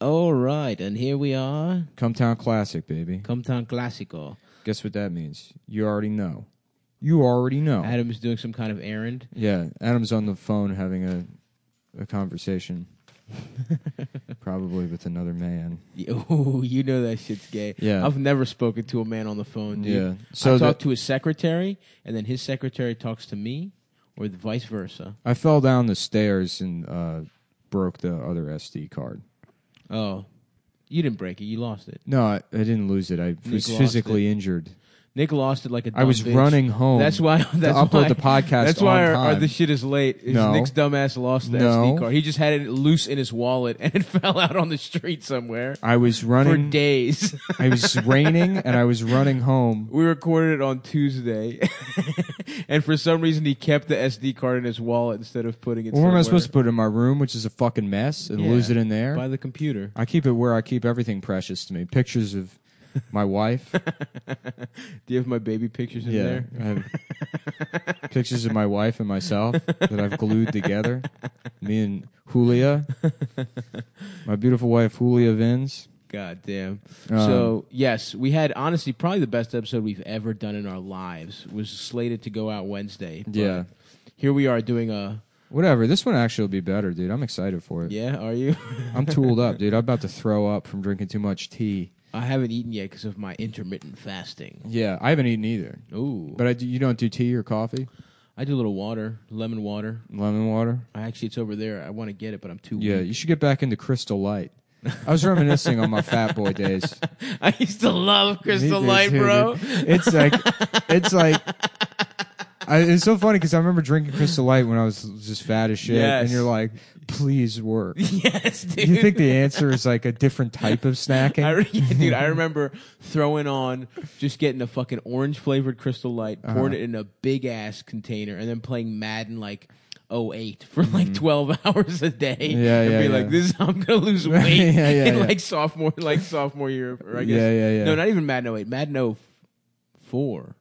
All right, and here we are, Come Town Classic, baby. Compton Classico. Guess what that means? You already know. You already know. Adam's doing some kind of errand. yeah, Adam's on the phone having a a conversation, probably with another man. Oh, you know that shit's gay. Yeah. I've never spoken to a man on the phone, dude. Yeah. So So I the- talk to his secretary, and then his secretary talks to me, or the vice versa. I fell down the stairs and uh, broke the other SD card. Oh, you didn't break it. You lost it. No, I, I didn't lose it. I was lost physically injured. Nick lost it like a. I was dumb bitch. running home. That's why. That's upload why, the podcast That's why on our, our time. the shit is late. Is No. Nick's dumbass lost the SD No. card. He just had it loose in his wallet and it fell out on the street somewhere I was for running. days. I was raining and I was running home. we recorded it on Tuesday, and for some reason he kept the SD card in his wallet instead of putting it. Where am I somewhere. supposed to put it in my room, which is a fucking mess, and Yeah. lose it in there? By the computer. I keep it where I keep everything precious to me. Pictures of my wife. Do you have my baby pictures in yeah. there? I have pictures of my wife and myself that I've glued together. Me and Julia. My beautiful wife Julia Vins. God damn. Um, so yes, we had honestly probably the best episode we've ever done in our lives. Was slated to go out Wednesday. but Yeah. Here we are doing a Whatever. This one actually will be better, dude. I'm excited for it. yeah. Are you? I'm tooled up, dude. I'm about to throw up from drinking too much tea. I haven't eaten yet because of my intermittent fasting. Yeah, I haven't eaten either. Ooh. But I do, you don't do tea or coffee? I do a little water, lemon water. Lemon water? I actually, it's over there. I want to get it, but I'm too. Yeah, Weak. you should get back into Crystal Light. I was reminiscing on my fat boy days. I used to love Crystal Me too, Light, dude. bro. It's like, it's like, I, it's so funny because I remember drinking Crystal Light when I was just fat as shit, Yes. and you're like, please work. yes, dude. you think the answer is like a different type of snacking? I re- yeah, dude, I remember throwing on, just getting a fucking orange flavored Crystal Light, Uh-huh. pouring it in a big ass container, and then playing Madden like 08 for like 12 hours a day. Mm-hmm. Yeah, and yeah, be yeah. like, this is how I'm going to lose Right, weight yeah, yeah, in yeah. like sophomore, like sophomore year. Or I guess, Yeah, yeah, yeah. No, not even Madden 08, Madden 04.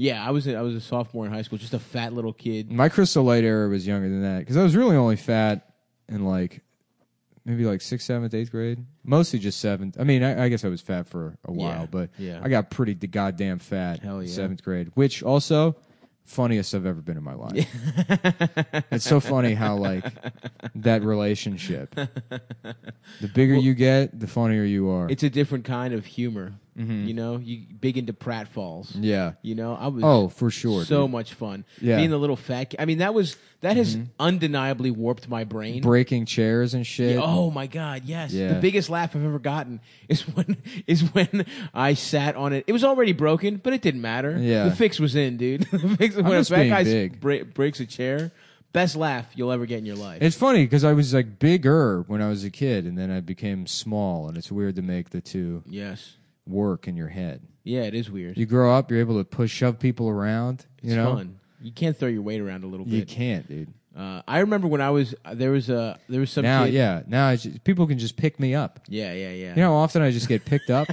Yeah, I was a, I was a sophomore in high school, just a fat little kid. my Crystal Light era was younger than that because I was really only fat in like maybe like sixth, seventh, eighth grade. Mostly just seventh. I mean, I, I guess I was fat for a while, Yeah, but yeah. I got pretty d- goddamn fat Hell in yeah. seventh grade, which also funniest I've ever been in my life. it's so funny how like that relationship. The bigger you get, the funnier you are. It's a different kind of humor, you know. You big into pratfalls, Mm-hmm. yeah. you know. I was Oh, for sure. so dude. much fun. Yeah. Mm-hmm. Being the little fat kid. I mean, that was that has undeniably warped my brain. breaking chairs and shit. Oh my god, yes. Yeah. The biggest laugh I've ever gotten is when is when I sat on it. It was already broken, but it didn't matter. Yeah. The fix was in, dude. the fix when just a fat being guy big. bra- breaks a chair, best laugh you'll ever get in your life. It's funny because I was like bigger when I was a kid, and then I became small, and it's weird to make the two yes. work in your head. Yeah, it is weird. You grow up, you're able to push shove people around. You it's know, fun. You can't throw your weight around a little you bit. can't, dude. Uh, I remember when I was there was a there was some Now, kid- yeah, now it's just, people can just pick me up. yeah, yeah, yeah. You know, how often I just get picked up.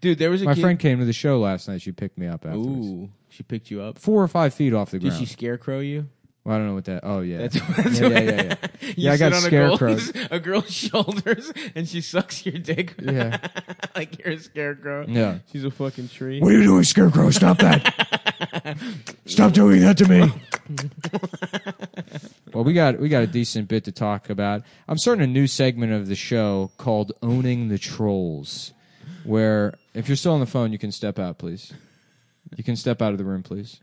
Dude, there was a My kid- friend came to the show last night. She picked me up afterwards. Ooh, she picked you up. Four or five feet off the Did ground. she scarecrow you? Well, I don't know what that. Oh yeah, That's, that's yeah, what- yeah, yeah, yeah. You Yeah, I sit got on a girl's- scarecrowed. A girl's shoulders, and she sucks your dick. Yeah. like you're a scarecrow. Yeah. she's a fucking tree. What are you doing, Scarecrow? Stop that! Stop doing that to me! well, we got we got a decent bit to talk about. I'm starting a new segment of the show called "Owning the Trolls," where if you're still on the phone, you can step out, please. You can step out of the room, please.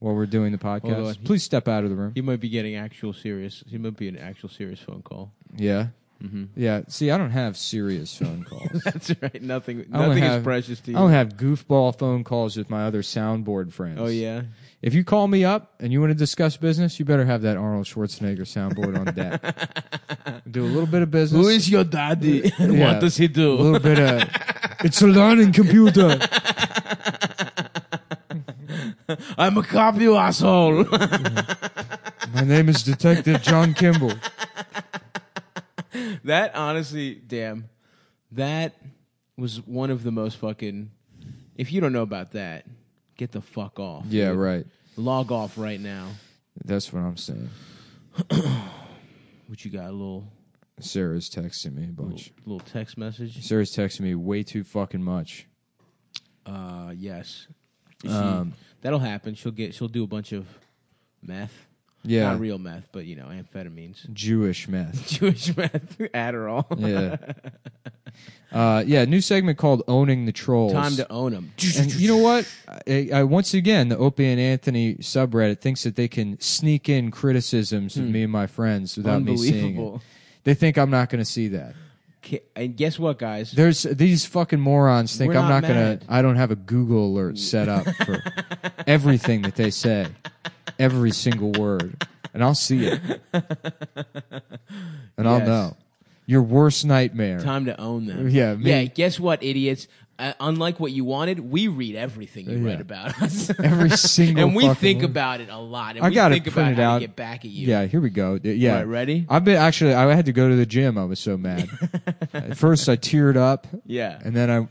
While we're doing the Hold on. podcast, please step out of the room. You might be getting actual serious. You might be an actual serious phone call. Yeah, Mm-hmm. yeah. See, I don't have serious phone calls. That's right. Nothing. I only Nothing have- is precious to I don't you. have goofball phone calls with my other soundboard friends. Oh yeah. If you call me up and you want to discuss business, you better have that Arnold Schwarzenegger soundboard on deck. do a little bit of business. your daddy? and Yeah. he a do? little bit of? It's a learning computer. I'm a cop, you asshole. My name is Detective John Kimball. That honestly, damn, that was one of the most fucking. If you don't know about that, get the fuck off. Yeah, dude. right. Log off right now. That's what I'm saying. What you got, a little Sarah's texting me a Little, bunch. little text message. Sarah's texting me way too fucking much. Uh, yes. Um, She- that'll happen. She'll get. She'll do a bunch of meth. Yeah, Not real meth, but you know, amphetamines. Jewish meth. Jewish meth. Adderall. Yeah. Uh, yeah, new segment called Owning the Trolls. Time to own them. and you know what? I, I, once again, the Opie and Anthony subreddit thinks that they can sneak in criticisms of me and my friends without me seeing it. Hmm. Unbelievable. They think I'm not going to see that. Ki- And guess what, guys? There's these fucking morons think We're I'm not not going mad. Mm. to. I don't have a Google alert set up for everything that they say, every single word, and I'll see it, and I'll Yes. know. Your worst nightmare. Time to own them. Yeah, me- yeah. Guess what, idiots? Uh, unlike what you wanted, we read everything you Yeah. write about us, Every single and we fucking think word. about it a lot. And I we got think it about printed how out. to get back at you. Yeah, here we go. D- Yeah, Alright, ready? I've been actually. I had to go to the gym. I was so mad. At first, I teared up, yeah. and then I,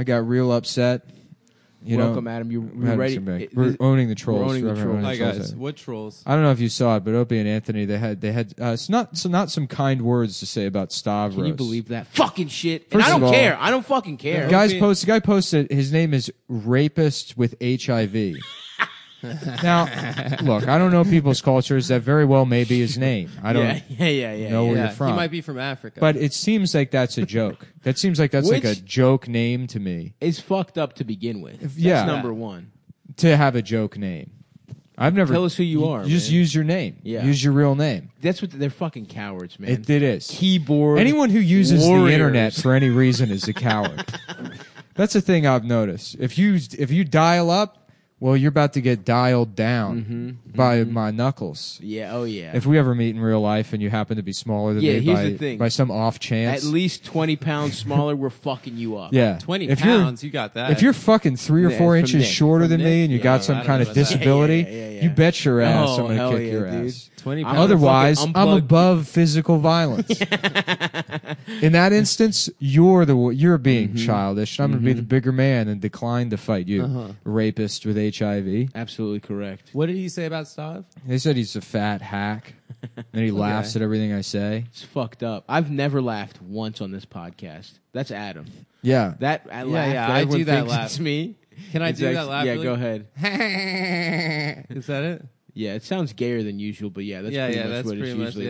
I got real upset. You Welcome, know, Adam. You, you Adam ready? Simbeck. It- We're this- owning the trolls. owning the forever, trolls. owning Hi trolls. guys, what trolls? I don't know if you saw it, but Opie and Anthony they had they had uh, it's not so not some kind words to say about Stavros. Can you believe that fucking shit? and First I of don't all- care. I don't fucking care. Guys Opie- post the guy posted his name is rapist with HIV. now, look, I don't know people's cultures. That very well may be his name. I don't. yeah, yeah, yeah, yeah. know yeah. where yeah, you're from. He might be from Africa. But it seems like that's a joke. that seems like that's like a Which- joke name to me. It's fucked up to begin with. That's yeah. number one. To have a joke name, I've never. Tell us who you are, Just man. use your name. Yeah. Use your real name. That's what they're fucking cowards, man. It, it is Keyboard. Anyone who uses the warriors. internet for any reason is a coward. That's the thing I've noticed. If you if you dial up, well, you're about to get dialed down Mm-hmm. by my knuckles. Yeah. Oh yeah. If we ever meet in real life and you happen to be smaller than Yeah, me here's by, the thing. by some off At chance, least twenty pounds smaller, we're fucking you up. yeah, twenty if you're- pounds, you got that. If you're fucking three or uh, Yeah, four from inches Nick. shorter From than me Nick. and you Yeah, got I some don't kind know of about that. disability, Yeah, yeah, yeah, yeah. you bet your ass Oh, I'm hell going to kick yeah, your dude. ass. twenty I'm pounds, gonna Otherwise, fucking I'm unplug- above physical violence. In that instance, you're the you're being Mm-hmm. childish. and I'm going to be the bigger man and decline to fight you, Uh-huh. rapist with HIV. Absolutely correct. what did he say about Stav? They said he's a fat hack, and he laughs at everything I say. It's fucked up. I've never laughed once on this podcast. That's Adam. Yeah, That I laugh. yeah, that I everyone do that thinks laugh. It's me. Can I It's do that actually- laugh? Yeah, really? go ahead. Is that it? Yeah, it sounds gayer than usual, but yeah, that's yeah, pretty yeah, much that's what pretty it's much. usually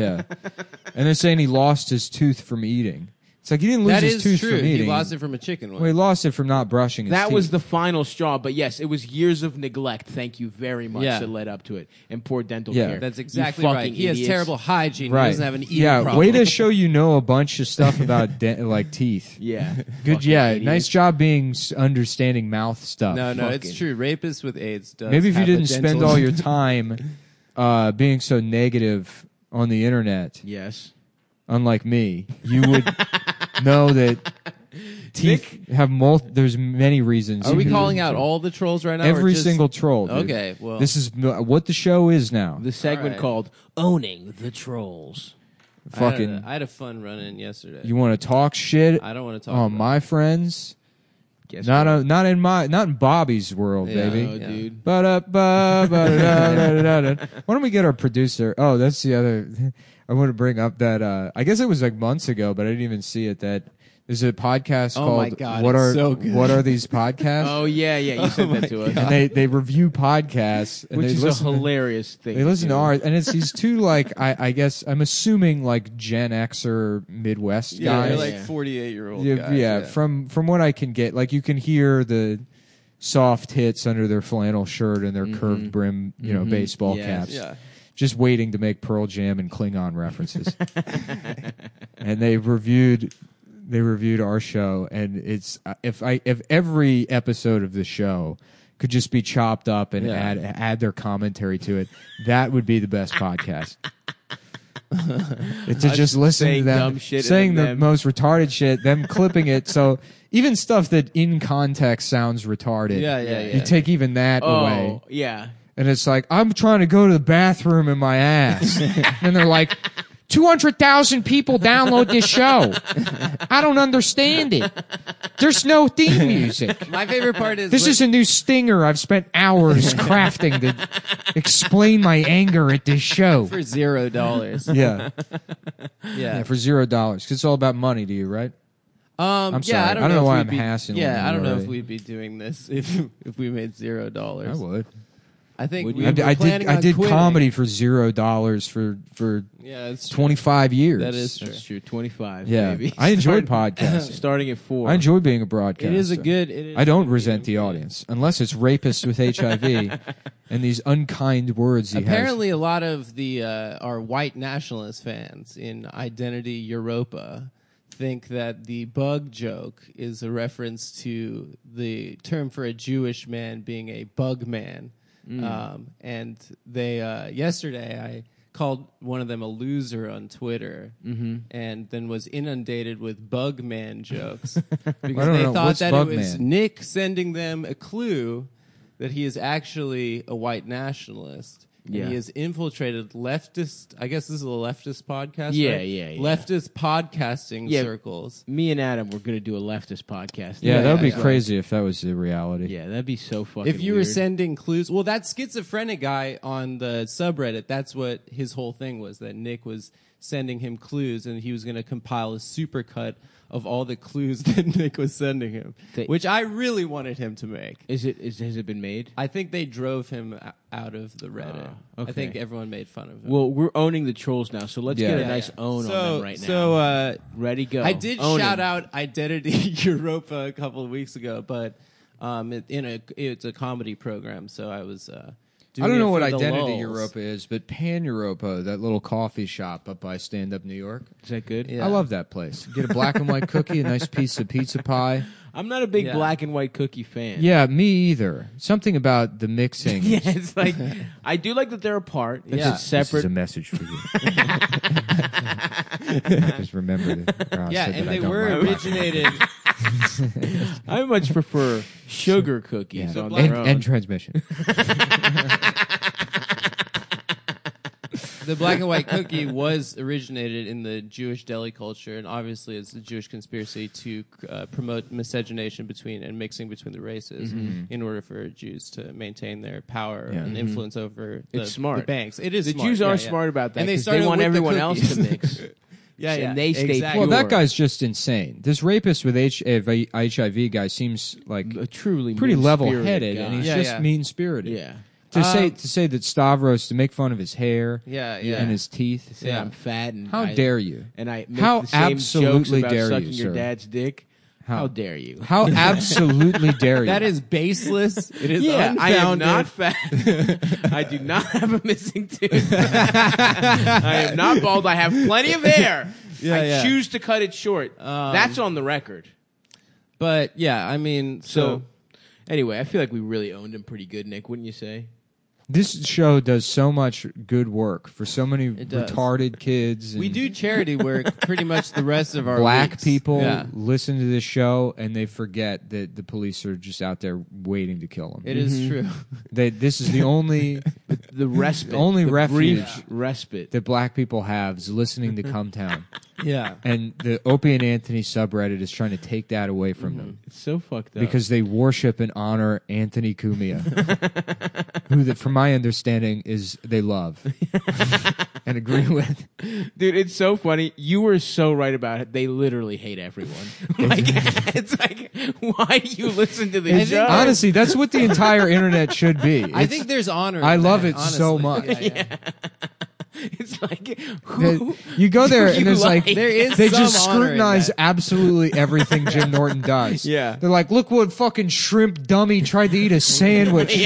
Yeah, like. yeah. yeah. and they're saying he lost his tooth from eating. It's like he didn't lose that his is tooth true. from He eating. lost it from a chicken one. Well, he lost it from not brushing his That teeth. was the final straw, but yes, it was years of neglect. Thank you very much Yeah. that led up to it, and poor dental Yeah. care. That's You exactly fucking right. He has idiots. terrible hygiene. right. He doesn't have an eating yeah, problem. way to show you know a bunch of stuff about de- like teeth. Yeah, Good, Fucking yeah, idiots. nice job being s- understanding mouth stuff. no, no, it's fucking- true. Rapists with AIDS does. Maybe if you have a didn't spend dental- all your time uh, being so negative on the internet, Yes, unlike me, you would know that teeth have mul- There's many reasons. Are you we can- calling out all the trolls right now? or every just- single troll? dude. Okay, well- this is m- what the show is now. the segment right. called "Owning the Trolls." I had a- fucking. I had a fun run in yesterday. You want to talk shit? I don't want to talk. on about my friends. Guess Not a, not in my not in Bobby's world, Yeah. what? baby. Oh, Yeah. dude. Ba-da, ba, ba-da, da, da, da, da. Why don't we get our producer? Oh, that's the other. I want to bring up that. Uh, I guess it was like months ago, but I didn't even see it. That there's a podcast Oh called my God, "What it's Are so good. What Are These Podcasts?" Oh yeah, yeah. You said that to us, And they they review podcasts, and which they is listen, a hilarious thing. They listen to do. ours, and it's these two like I, I guess I'm assuming like Gen X or Midwest it. Yeah, guys. they're like Yeah. forty-eight year old Yeah, guys. yeah, from from what I can get, like you can hear the soft hits under their flannel shirt and their curved brim, you know, baseball Yes. caps. Yeah. Just waiting to make Pearl Jam and Klingon references. and they reviewed they reviewed our show and it's uh, if I if every episode of the show could just be chopped up and Yeah. add add their commentary to it, that would be the best podcast. to just listen to saying them dumb shit and saying then the them- most retarded shit, them clipping it. So even stuff that in context sounds retarded. Yeah, yeah, You yeah. take even that Oh away, yeah. and it's like I'm trying to go to the bathroom in my ass, and they're like. 200,000 people download this show. I don't understand it. There's no theme music. My favorite part is This li- is a new stinger I've spent hours crafting to explain my anger at this show. for zero dollars. Yeah. Yeah. Yeah, for zero dollars. 'Cause it's all about money to you, right? um, I'm yeah, sorry. I don't I don't know if why we'd I'm be, hassling Yeah, you I don't know if already. we'd be doing this if if we made zero dollars. would. I think Would we you? I, were d- I did. planning I on did quitting. comedy for zero dollars for for Yeah, it's twenty five years. That is true. That's true. Twenty five. Yeah, maybe. I enjoyed podcasting. starting at four. I enjoy being a broadcaster. It is a good. It is I a don't good resent the game. audience unless it's rapists with HIV and these unkind words he Apparently, a lot of the uh, our white nationalist fans in Identity Europa think that the bug joke is a reference to the term for a Jewish man being a bug man. Mm. Um, and they uh, yesterday I called one of them a loser on Twitter, Mm-hmm. and then was inundated with bug man jokes because don't they know. thought What's that bug it was man? Nick sending them a clue that he is actually a white nationalist. and Yeah. he has infiltrated leftist. I guess this is a leftist podcast. Yeah, right? yeah, yeah. Leftist podcasting Yeah. circles. Me and Adam were gonna do a leftist podcast. Yeah, Yeah, that would be yeah. crazy if that was the reality. Yeah, that'd be so fucking. If you were weird. sending clues, well, that schizophrenic guy on the subreddit, that's what his whole thing was. That Nick was sending him clues, and he was going to compile a supercut of all the clues that Nick was sending him, They- which I really wanted him to make. is it is has it been made? I think they drove him o- out of the Reddit. Oh, Ah, okay. I think everyone made fun of him. Well, we're owning the trolls now, so let's Yeah. get a Yeah, nice own so, on them right now. So uh, ready go. I did Own 'em. shout out Identity Europa a couple of weeks ago, but um, it, in a it's a comedy program, so I was. Uh, doing I don't it know what for the Identity lulz. Europa is, but Pan Europa, that little coffee shop up by Stand Up New York. Is that good? Yeah. I love that place. You get a black and white cookie, a nice piece of pizza pie. I'm not a big Yeah. black and white cookie fan. Yeah, me either. Something about the mixing. Yeah, it's like I do like that they're apart. It's Yeah. a This is separate. a message for you. Just remember that. Ross Yeah, said and that I they don't were like black and white. originated. I much prefer sugar cookies Yeah. on and, their own. and transmission. the black and white cookie was originated in the Jewish deli culture, and obviously it's a Jewish conspiracy to uh, promote miscegenation between and mixing between the races Mm-hmm. in order for Jews to maintain their power Yeah. and influence over the, It's smart. the banks. It is the smart. Jews Yeah, are yeah. smart about that. And they 'cause started want with the everyone else to cookies. mix. yeah, and yeah, they stay exactly. Well, that Sure. guy's just insane. This rapist with HIV, HIV guy seems like A truly pretty mean-spirited level-headed, guy. and he's Yeah, just yeah. mean-spirited. yeah. To say Um, to say that Stavros to make fun of his hair, Yeah, yeah. and his teeth. Say Yeah. I'm fat and How I- dare you? And I make How the same absolutely jokes about dare you, sucking your sir. dad's dick. How, How- dare you? How absolutely dare you? That is baseless. It is yeah, unfounded. I am not fat. I do not have a missing tooth. I am not bald. I have plenty of hair. Yeah, I yeah. choose to cut it short. Um, That's on the record. But yeah, I mean, So, so, anyway, I feel like we really owned him pretty good, Nick. Wouldn't you say? this show does so much good work for so many does. retarded kids. And we do charity work pretty much the rest of our Black weeks. people Yeah. listen to this show and they forget that the police are just out there waiting to kill them. It is Mm-hmm. true. They, this is the only The respite, only the brief refuge. respite. that black people have is listening to Come Town. yeah. and the Opie and Anthony subreddit is trying to take that away from them It's so fucked Mm-hmm. up. because they worship and honor Anthony Cumia, who, that, from my understanding, is they love and agree with. Dude, it's so funny. You were so right about it. They literally hate everyone. like, it's like, why do you listen to I this think- show? Honestly, that's what the entire internet should be. I It's- think there's honor. in I love that, it so honestly. much. Yeah, yeah. it's like, who? that you go there do you and there's like like? There is they some just honor in scrutinize that. absolutely everything Jim Norton does. Yeah. they're like, look what fucking shrimp dummy tried to eat a sandwich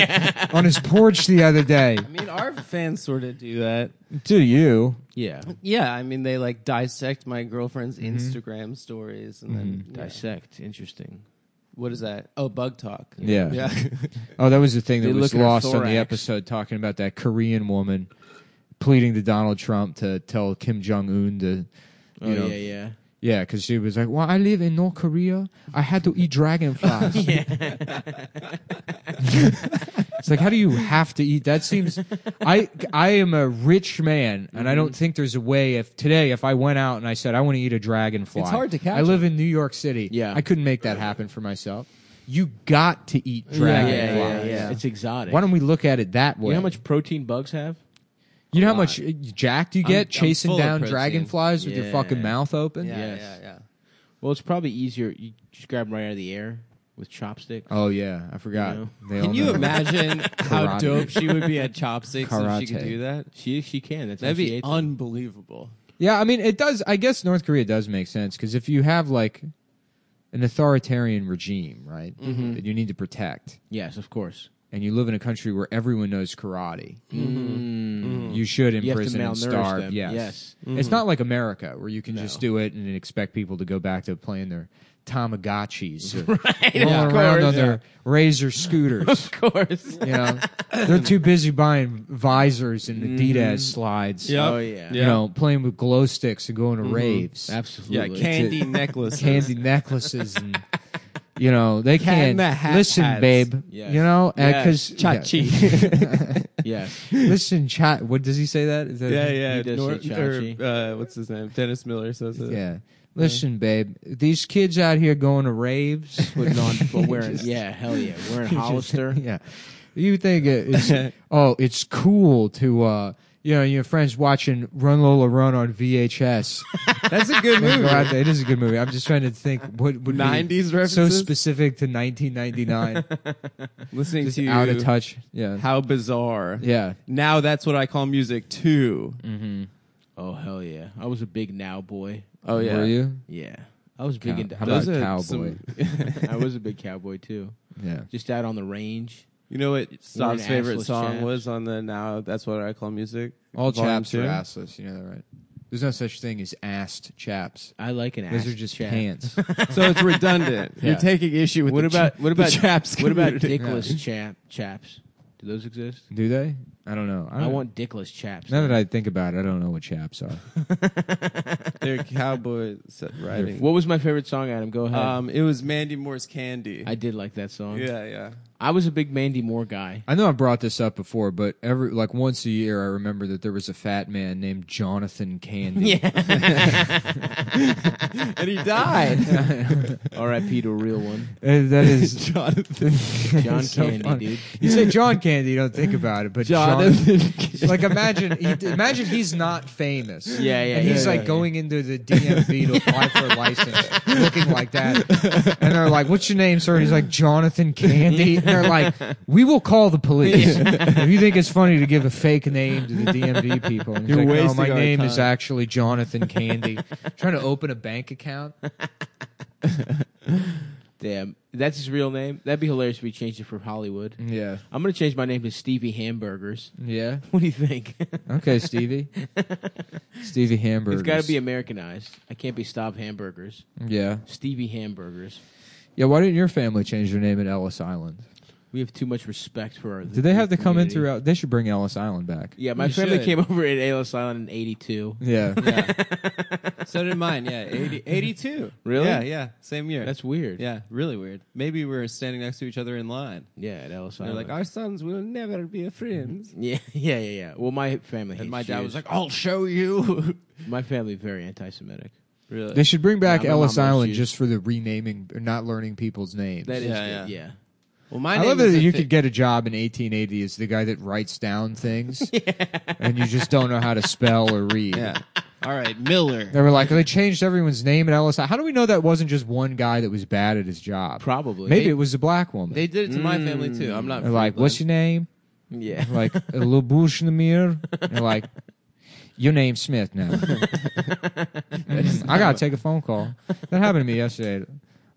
on his porch the other day. I mean, our fans sort of do that. Do you? Yeah. Yeah, I mean, they like dissect my girlfriend's Mm-hmm. Instagram stories and then yeah. Dissect. Interesting. What is that? Oh, bug talk. Yeah. Yeah. Oh, that was the thing that They was look at her lost on the thorax. episode talking about that Korean woman pleading to Donald Trump to tell Kim Jong Un to. Oh, You know, yeah, yeah. yeah, because she was like, "Well, I live in North Korea. I had to eat dragonflies." It's like, how do you have to eat? That seems. I I am a rich man, and I Mm-hmm. don't think there's a way. If today, if I went out and I said I want to eat a dragonfly, It's hard to catch I live in New York City. Yeah. I couldn't make that happen for myself. You got to eat Yeah, dragonflies. yeah, yeah, yeah. It's exotic. Why don't we look at it that you way? know how much protein bugs have? You know how lot. much uh, jacked you get I'm full chasing of down protein. dragonflies with your Yeah. fucking mouth open? Yeah, Yes. yeah, yeah. Well, it's probably easier. You just grab them right out of the air with chopsticks. Oh yeah, I forgot. You know? They all Can you know. imagine how Karate. dope she would be at chopsticks if she Karate. could do that? She she can. That's That'd how she be ate them. unbelievable. Yeah, I mean, it does. I guess North Korea does make sense because if you have like an authoritarian regime, right, Mm-hmm. that you need to protect, Yes, of course. and you live in a country where everyone knows karate, Mm, you Mm-hmm. You have should to imprison and malnourish starve. them. Yes, Yes. Mm-hmm. it's not like America where you can just No. do it and expect people to go back to playing their Tamagotchis, or rolling of around course. on their razor scooters. Of course. you know, they're too busy buying visors and Adidas slides. Yep. Oh Mm-hmm. yeah. You know, playing with glow sticks and going to raves. Yeah, Absolutely. candy necklaces. candy necklaces and you know they Can can't the hat listen hats. babe Yes. you know Yes. because Chachi. Yes. listen chat what does he say that is that yeah, yeah. He does Nor- say or, uh, what's his name? Dennis Miller says it. yeah listen babe these kids out here going to raves Putting on, but wearing. yeah, hell yeah. Wearing Hollister. yeah you think it- it's oh it's cool to uh you know your friends watching Run Lola Run on VHS. That's a good movie. It is a good movie. I'm just trying to think what would be 90s so references? specific to 1999. Listening Just to out of touch. Yeah. How bizarre. Yeah. Now that's what I call music too. Oh hell yeah. I was a big now boy. Oh yeah. Were you? Yeah. I was big Cow- into how Those about are cowboy? some- I was a big cowboy too. Yeah. Just out on the range. you know what Stop's favorite assless song chaps. was on the Now That's What I Call Music? All Volume chaps are two? assless. You know that, right? There's no such thing as assed chaps. I like an ass Those are just chap. pants. So it's redundant. Yeah. You're taking issue with What the about- cha- what about- the chaps? What about community. dickless chap chaps? Do those exist? Do they? I don't know. I, I don't- want dickless chaps. Now that I think about it, I don't know what chaps are. They're cowboy set riding? What was my favorite song, Adam? Go ahead. Um, it was Mandy Moore's Candy. I did like that song. yeah, yeah. I was a big Mandy Moore guy. I know I brought this up before, but every like once a year, I remember that there was a fat man named Jonathan Candy. And he died. R.I.P. to a real one. And that is Jonathan. John so Candy, funny. dude. You say John Candy, you don't think about it, but Jonathan. John, like imagine, he, imagine he's not famous. Yeah, yeah, And he's yeah, like yeah. going into the DMV to apply for a license, looking like that, and they're like, "What's your name, sir?" And he's like, "Jonathan Candy." And they're like, "We will call the police if you think it's funny to give a fake name to the DMV people." And he's You're like, "No, wasting my our name is time." actually Jonathan Candy." Trying to open a bank account. Damn. That's his real name. That'd be hilarious if we changed it from Hollywood. Yeah, I'm going to change my name to Stevie Hamburgers. yeah. What do you think? Okay, Stevie. Stevie Hamburger. it's got to be Americanized. I can't be Stop Hamburgers. yeah. Stevie Hamburgers. Yeah, why didn't your family change their name at Ellis Island? We have too much respect for our. Did they have to come in community. through? El- They should bring Ellis Island back. Yeah, my You family should. came over at Ellis Island in 82. Yeah, so did mine. Yeah, 80, 82. Really? Yeah, yeah. Same year. That's weird. yeah, really weird. Maybe we were standing next to each other in line. Yeah, at Ellis They're Island. like, our sons will never be friends. yeah, yeah, yeah, yeah. Well, my family hates And my dad Jews. was like, I'll show you. my family very anti-Semitic. really? they should bring back Yeah, my Ellis mom loves Island you. just for the renaming, or not learning people's names. That is, Yeah, yeah, yeah. well, my I name love that is a you thi- could get a job in 1880 as the guy that writes down things, and you just don't know how to spell or read. Yeah. All right, Miller. They were like, they changed everyone's name at Ellis. Island. How do we know that wasn't just one guy that was bad at his job? Probably. Maybe it was a black woman. They did it to my family too. I'm not They're like, what's your name? yeah. like a little bush in the mirror, and like, your name's Smith now. I gotta take a phone call. That happened to me yesterday at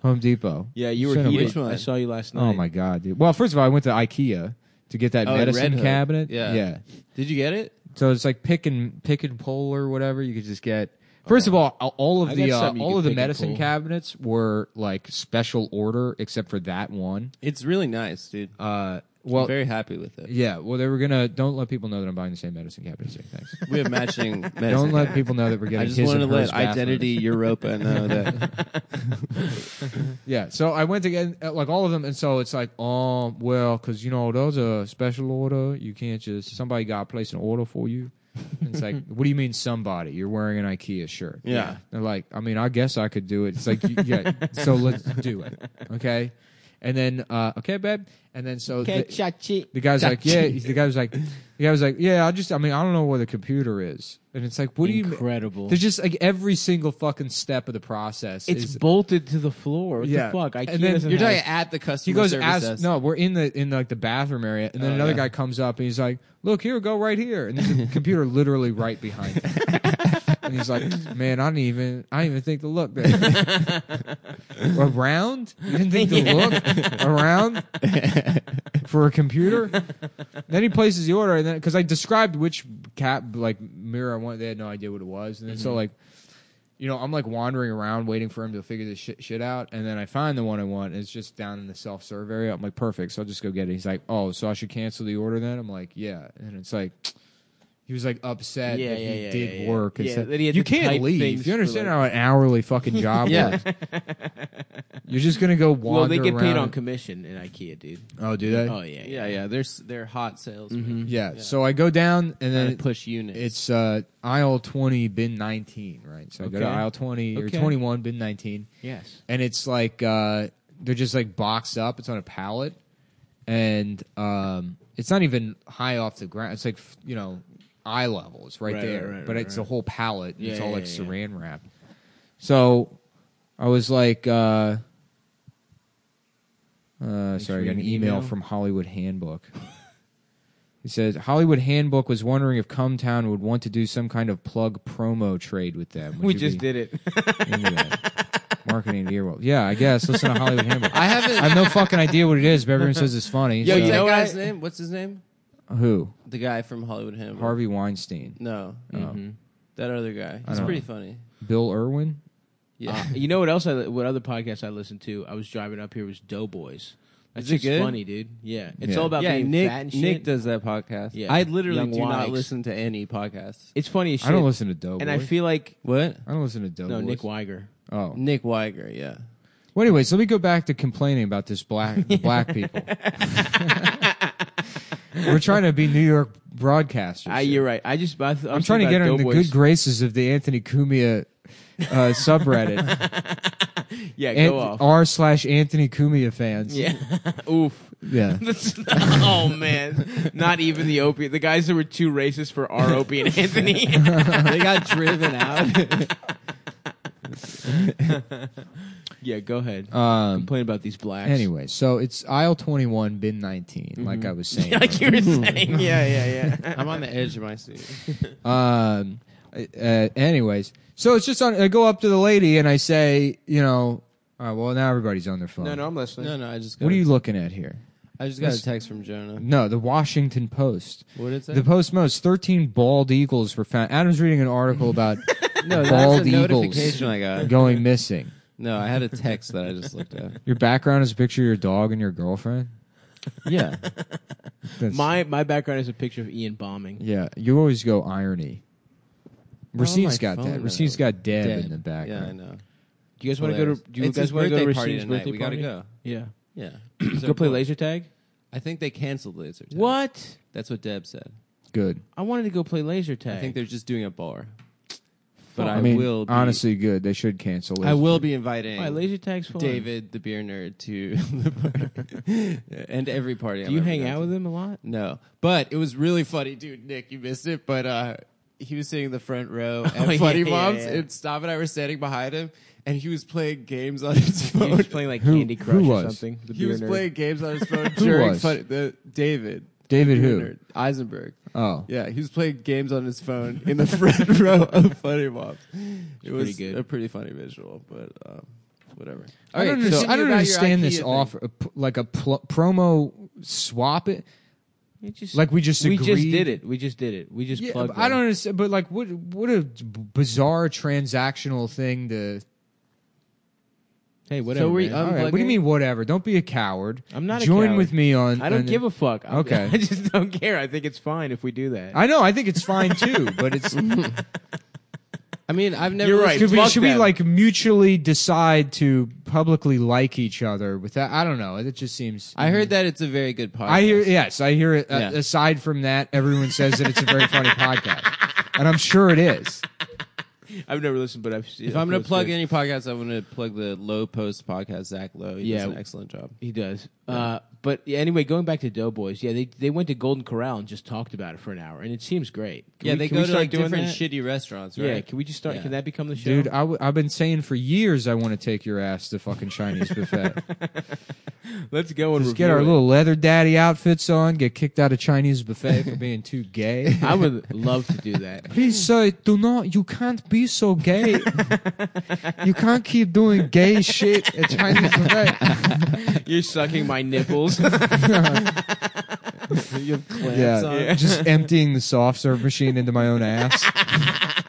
Home Depot. Yeah, you were Son of a- heated. Which one? I saw you last night. Oh my god, dude. Well, first of all, I went to IKEA to get that Oh, at Red medicine Hook. cabinet. Yeah. yeah. Did you get it? So it's like pick and pick and pull or whatever. You could just get. First of all, all- all I of got the uh, something you all could of the pick and medicine pull. cabinets were like special order, except for that one. It's really nice, dude. Uh, Well, I'm very happy with it. yeah. Well, they were gonna don't let people know that I'm buying the same medicine cabinet. as you. Thanks. We have matching. medicine. don't let people know that we're getting. I just his wanted to and hers let bathroom. Identity Europa know that. Yeah. So I went to get uh, like all of them, and so it's like, um, well, because you know those are special order. You can't just somebody got to place an order for you. And it's like, what do you mean somebody? You're wearing an IKEA shirt. Yeah. They're like, I mean, I guess I could do it. It's like, you- yeah. so let's do it. Okay. And then, uh, okay, babe. And then so the- the guy's like, yeah. The guy was like, the guy was like, yeah. I just, I mean, I don't know where the computer is. And it's like, what do you? mean? Incredible. There's just like every single fucking step of the process. It's is, bolted to the floor. What Yeah. the fuck? I And then You're talking at the customer he goes service as desk. no we're in the in like the bathroom area and then Oh, another guy yeah. comes up and he's like look here go right here and there's a computer literally right behind him and he's like man i didn't even i didn't even think to look there around you didn't think to look around for a computer then he places the order and then because i described which cat like mirror i wanted they had no idea what it was and then Mm-hmm. so like you know, I'm like wandering around waiting for him to figure this shit, shit out, and then I find the one I want. And it's just down in the self serve area. I'm like, perfect. So I'll just go get it. He's like, oh, so I should cancel the order then? I'm like, yeah. And it's like, he was like upset Yeah, that he yeah, yeah, did yeah, yeah. work. and Yeah, said, that he had you to can't type leave. things You for, understand like- how an hourly fucking job Yeah. works. You're just gonna go wander Well, they get paid around. on commission in IKEA, dude. oh, do they? Oh yeah, Yeah, yeah. They're s- they're hot salesmen. yeah. So I go down and then And push units. It's uh, aisle 20, bin 19, right? So I go to Okay. aisle 20 Okay. or 21, bin 19. Yes. And it's like uh, they're just like boxed up. It's on a pallet. And um, it's not even high off the ground. It's like, f- you know, eye level. It's right, Right, there. right, right, but right, it's right. a whole pallet. and Yeah, it's all yeah, like yeah, yeah. saran wrap. So I was like, uh, uh, sorry, I read got an an email email. from Hollywood Handbook. He says Hollywood Handbook was wondering if Cumtown would want to do some kind of plug promo trade with them. Would We you just be did it. into that? Marketing the earwolf. Yeah, I guess. Listen to Hollywood Handbook. I haven't. I have no fucking idea what it is, but everyone says it's funny. Yo, so- you know what that guy's I- name? What's his name? who? The guy from Hollywood Him. Harvey Weinstein, No, Oh. Mhm. that other guy. He's don't pretty know. funny. Bill Irwin. Yeah. Uh, You know what else? I, what other podcast I listened to? I was driving up here was Doughboys. That's Is it just good? funny, dude. Yeah, it's Yeah. all about yeah, being Nick. fat and shit. Nick does that podcast. Yeah. I literally Young do not Wags. listen to any podcasts. It's funny as shit. I don't listen to Doughboy. and I feel like What? I don't listen to Doughboy. no Nick Weiger. Oh. Nick Weiger. Yeah. Well, anyways, let me go back to complaining about this black the black people. We're trying to be New York broadcasters. I, here. you're right. I just I th- I'm trying to get her in the good graces of the Anthony Cumia uh, subreddit Yeah, Ant- go off. r slash Anthony Cumia fans. Yeah, oof. Yeah. That's- oh man, not even the opiate. The guys that were too racist for our Opie and Anthony. they got driven out. yeah, go ahead. Um, Complain about these blacks. anyway, so it's aisle 21, bin 19, like Mm-hmm. I was saying. like you were saying. Yeah, yeah, yeah. I'm on the edge of my seat. Um, uh, anyways, so it's just on. I go up to the lady and I say, you know, all right, well now everybody's on their phone. No, no, I'm listening. No, no. I just got. What are you looking at here? I just got a text from Jonah. No, the Washington Post. What did it say? The Post Most 13 bald eagles were found. Adam's reading an article about no, that's bald a eagles. notification I got. going missing. No, I had a text that I just looked at. Your background is a picture of your dog and your girlfriend. Yeah. That's, My my background is a picture of Ian bombing. yeah, you always go irony. Racine's Oh, my got phone that. now. Racine's got Deb, Deb. in the Yeah, I background. know. Do you guys want to go to? Do you It's guys his want to go to birthday party Racine's tonight. birthday We gotta party? go. Yeah, Yeah. go play laser tag. I think they canceled laser tag. What? That's what Deb said. Good. I wanted to go play laser tag. I think they're just doing a bar. But I, I, mean, will be, honestly, good. They should cancel it. I will be inviting Why, laser tag's fun. David the beer nerd to the party and every party. do you hang out with him a lot? No, but it was really funny, dude. Nick, you missed it, but uh, he was sitting in the front row at Oh, yeah, Funny yeah, Moms, yeah. and Stav and I were standing behind him, and he was playing games on his phone. He was playing like Who- Candy who Crush or was? something. The He beer was nerd. playing games on his phone Who during was? Funny- the, David. David the beer who? nerd, Eisenberg. Oh, Yeah, he was playing games on his phone in the front row of Funny Moms. It was pretty good. a pretty funny visual, but um, whatever. I don't, Okay, so- understand, I don't about your understand this IKEA thing. offer, a p- like a pl- promo swap. It It just- like we just we just agreed. did it. We just did it. We just Yeah, plugged. but I them. don't understand. But like, what what a b- bizarre transactional thing to Hey, whatever. So we- man. I'm All right. What do you plugging- mean, whatever? Don't be a coward. I'm not a Join coward. with me on. I don't on- give a fuck. I'm- Okay. I just don't care. I think it's fine if we do that. I know. I think it's fine too, but it's I mean, I've never. You're right. should, we, fuck should we them. like mutually decide to publicly like each other? With that, I don't know. It just seems. I heard that it's a very good podcast. I hear yes, I hear it. Yeah. Uh, aside from that, everyone says that it's a very funny podcast, and I'm sure it is. I've never listened, but I've. If I'm going to plug any podcast, I'm going to plug the Low Post podcast. Zach Lowe. He Yeah. does an excellent job. He does. Uh, but yeah, anyway, going back to Doughboys, yeah, they they went to Golden Corral and just talked about it for an hour, and it seems great. Can yeah, we- they can go we to start like doing different that? shitty restaurants, right? Yeah, can we just start? Yeah. Can that become the show? Dude, I w- I've been saying for years I want to take your ass to fucking Chinese buffet. let's go and Just review get our it. little leather daddy outfits on, get kicked out of Chinese buffet for being too gay. I would love to do that. Please, sir, do not. You can't be so gay. you can't keep doing gay shit at Chinese buffet. You're sucking my nipples. You have clamps on. Yeah, just emptying the soft serve machine into my own ass.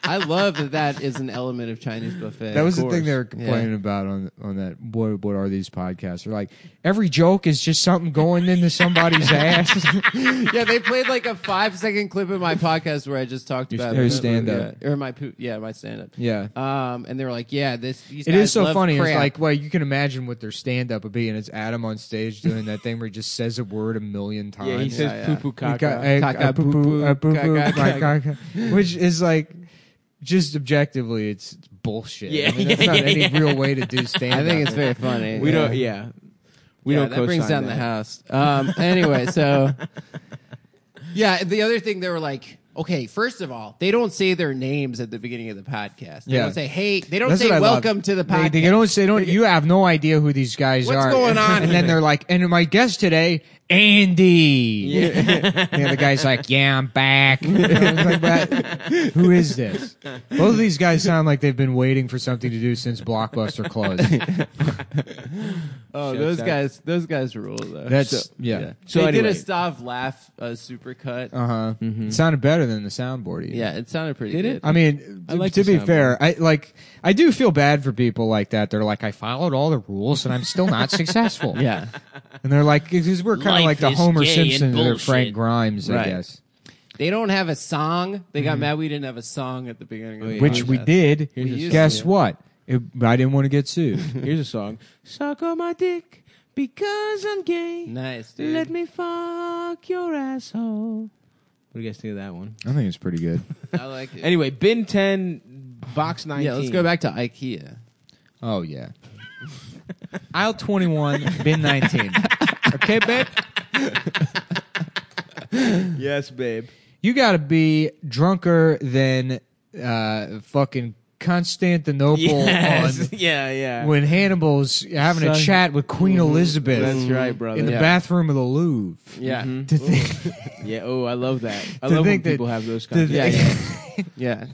I love that that is an element of Chinese buffet. That was Of the thing course. they were complaining about on on that. What what are these podcasts? They're like every joke is just something going into somebody's ass. yeah, they played like a five second clip in my podcast where I just talked Your- about your Yeah, stand-up. or my poop. Yeah, my stand up. Yeah. Um, and they were like, yeah, this. These It guys is so love funny. Crap. It's like, well, you can imagine what their stand up would be, and it's Adam on stage doing that thing where he just says a word a million times. yeah, he says yeah. poo poo caca. Ca- uh, Caca, uh, poo-poo, poo-poo, uh, poo-poo, caca, ca- caca. which is like just objectively, it's bullshit. Yeah, I mean, that's yeah, not yeah, any yeah. real way to do stand up. I think it's very funny. we Yeah. don't. Yeah, we Yeah, don't. That brings co-sign down that. the house. Um, anyway, so yeah, the other thing they were like, okay, first of all, they don't say their names at the beginning of the podcast. They Yeah. don't say, hey, they don't That's say what I love. welcome to the They, podcast. they don't say don't. You have no idea who these guys What's are. going on And then here? they're like, and my guest today, Andy. and the other guy's like, yeah, I'm back. And I was like, "What? who is this? Both of these guys sound like they've been waiting for something to do since Blockbuster closed. oh, Shouts those out. guys, those guys rule though. That's So- yeah. So they anyway. did a Stav laugh uh, supercut. Uh huh. Mm-hmm. It sounded better than the soundboard. even. yeah, it sounded pretty Did good. it? I mean, I like to the be soundboard. fair, I like I do feel bad for people like that. They're like, I followed all the rules and I'm still not successful. yeah, And they're like, because we're kind Life of like the is Homer gay and Simpson or bullshit. Frank Grimes, I Right. guess. they don't have a song. They got mad we didn't have a song at the beginning, of the yeah. Which we podcast. did. Here's a Guess song. what? It, I didn't want to get sued. Here's a song. Suck on my dick because I'm gay. Nice, dude. Let me fuck your asshole. What do you guys think of that one? I think it's pretty good. I like it. Anyway, bin ten, box nineteen. yeah, let's go back to IKEA. Oh yeah. Aisle twenty one, bin nineteen. Okay, babe. Yes, babe. You gotta be drunker than uh, fucking Constantinople Yes. on yeah, yeah. when Hannibal's having a Son- chat with Queen Elizabeth That's right, brother. in the Yeah. bathroom of the Louvre. Yeah, To think, Yeah. Oh, I love that. I To love when think that- people have those to kinds. think- of yeah.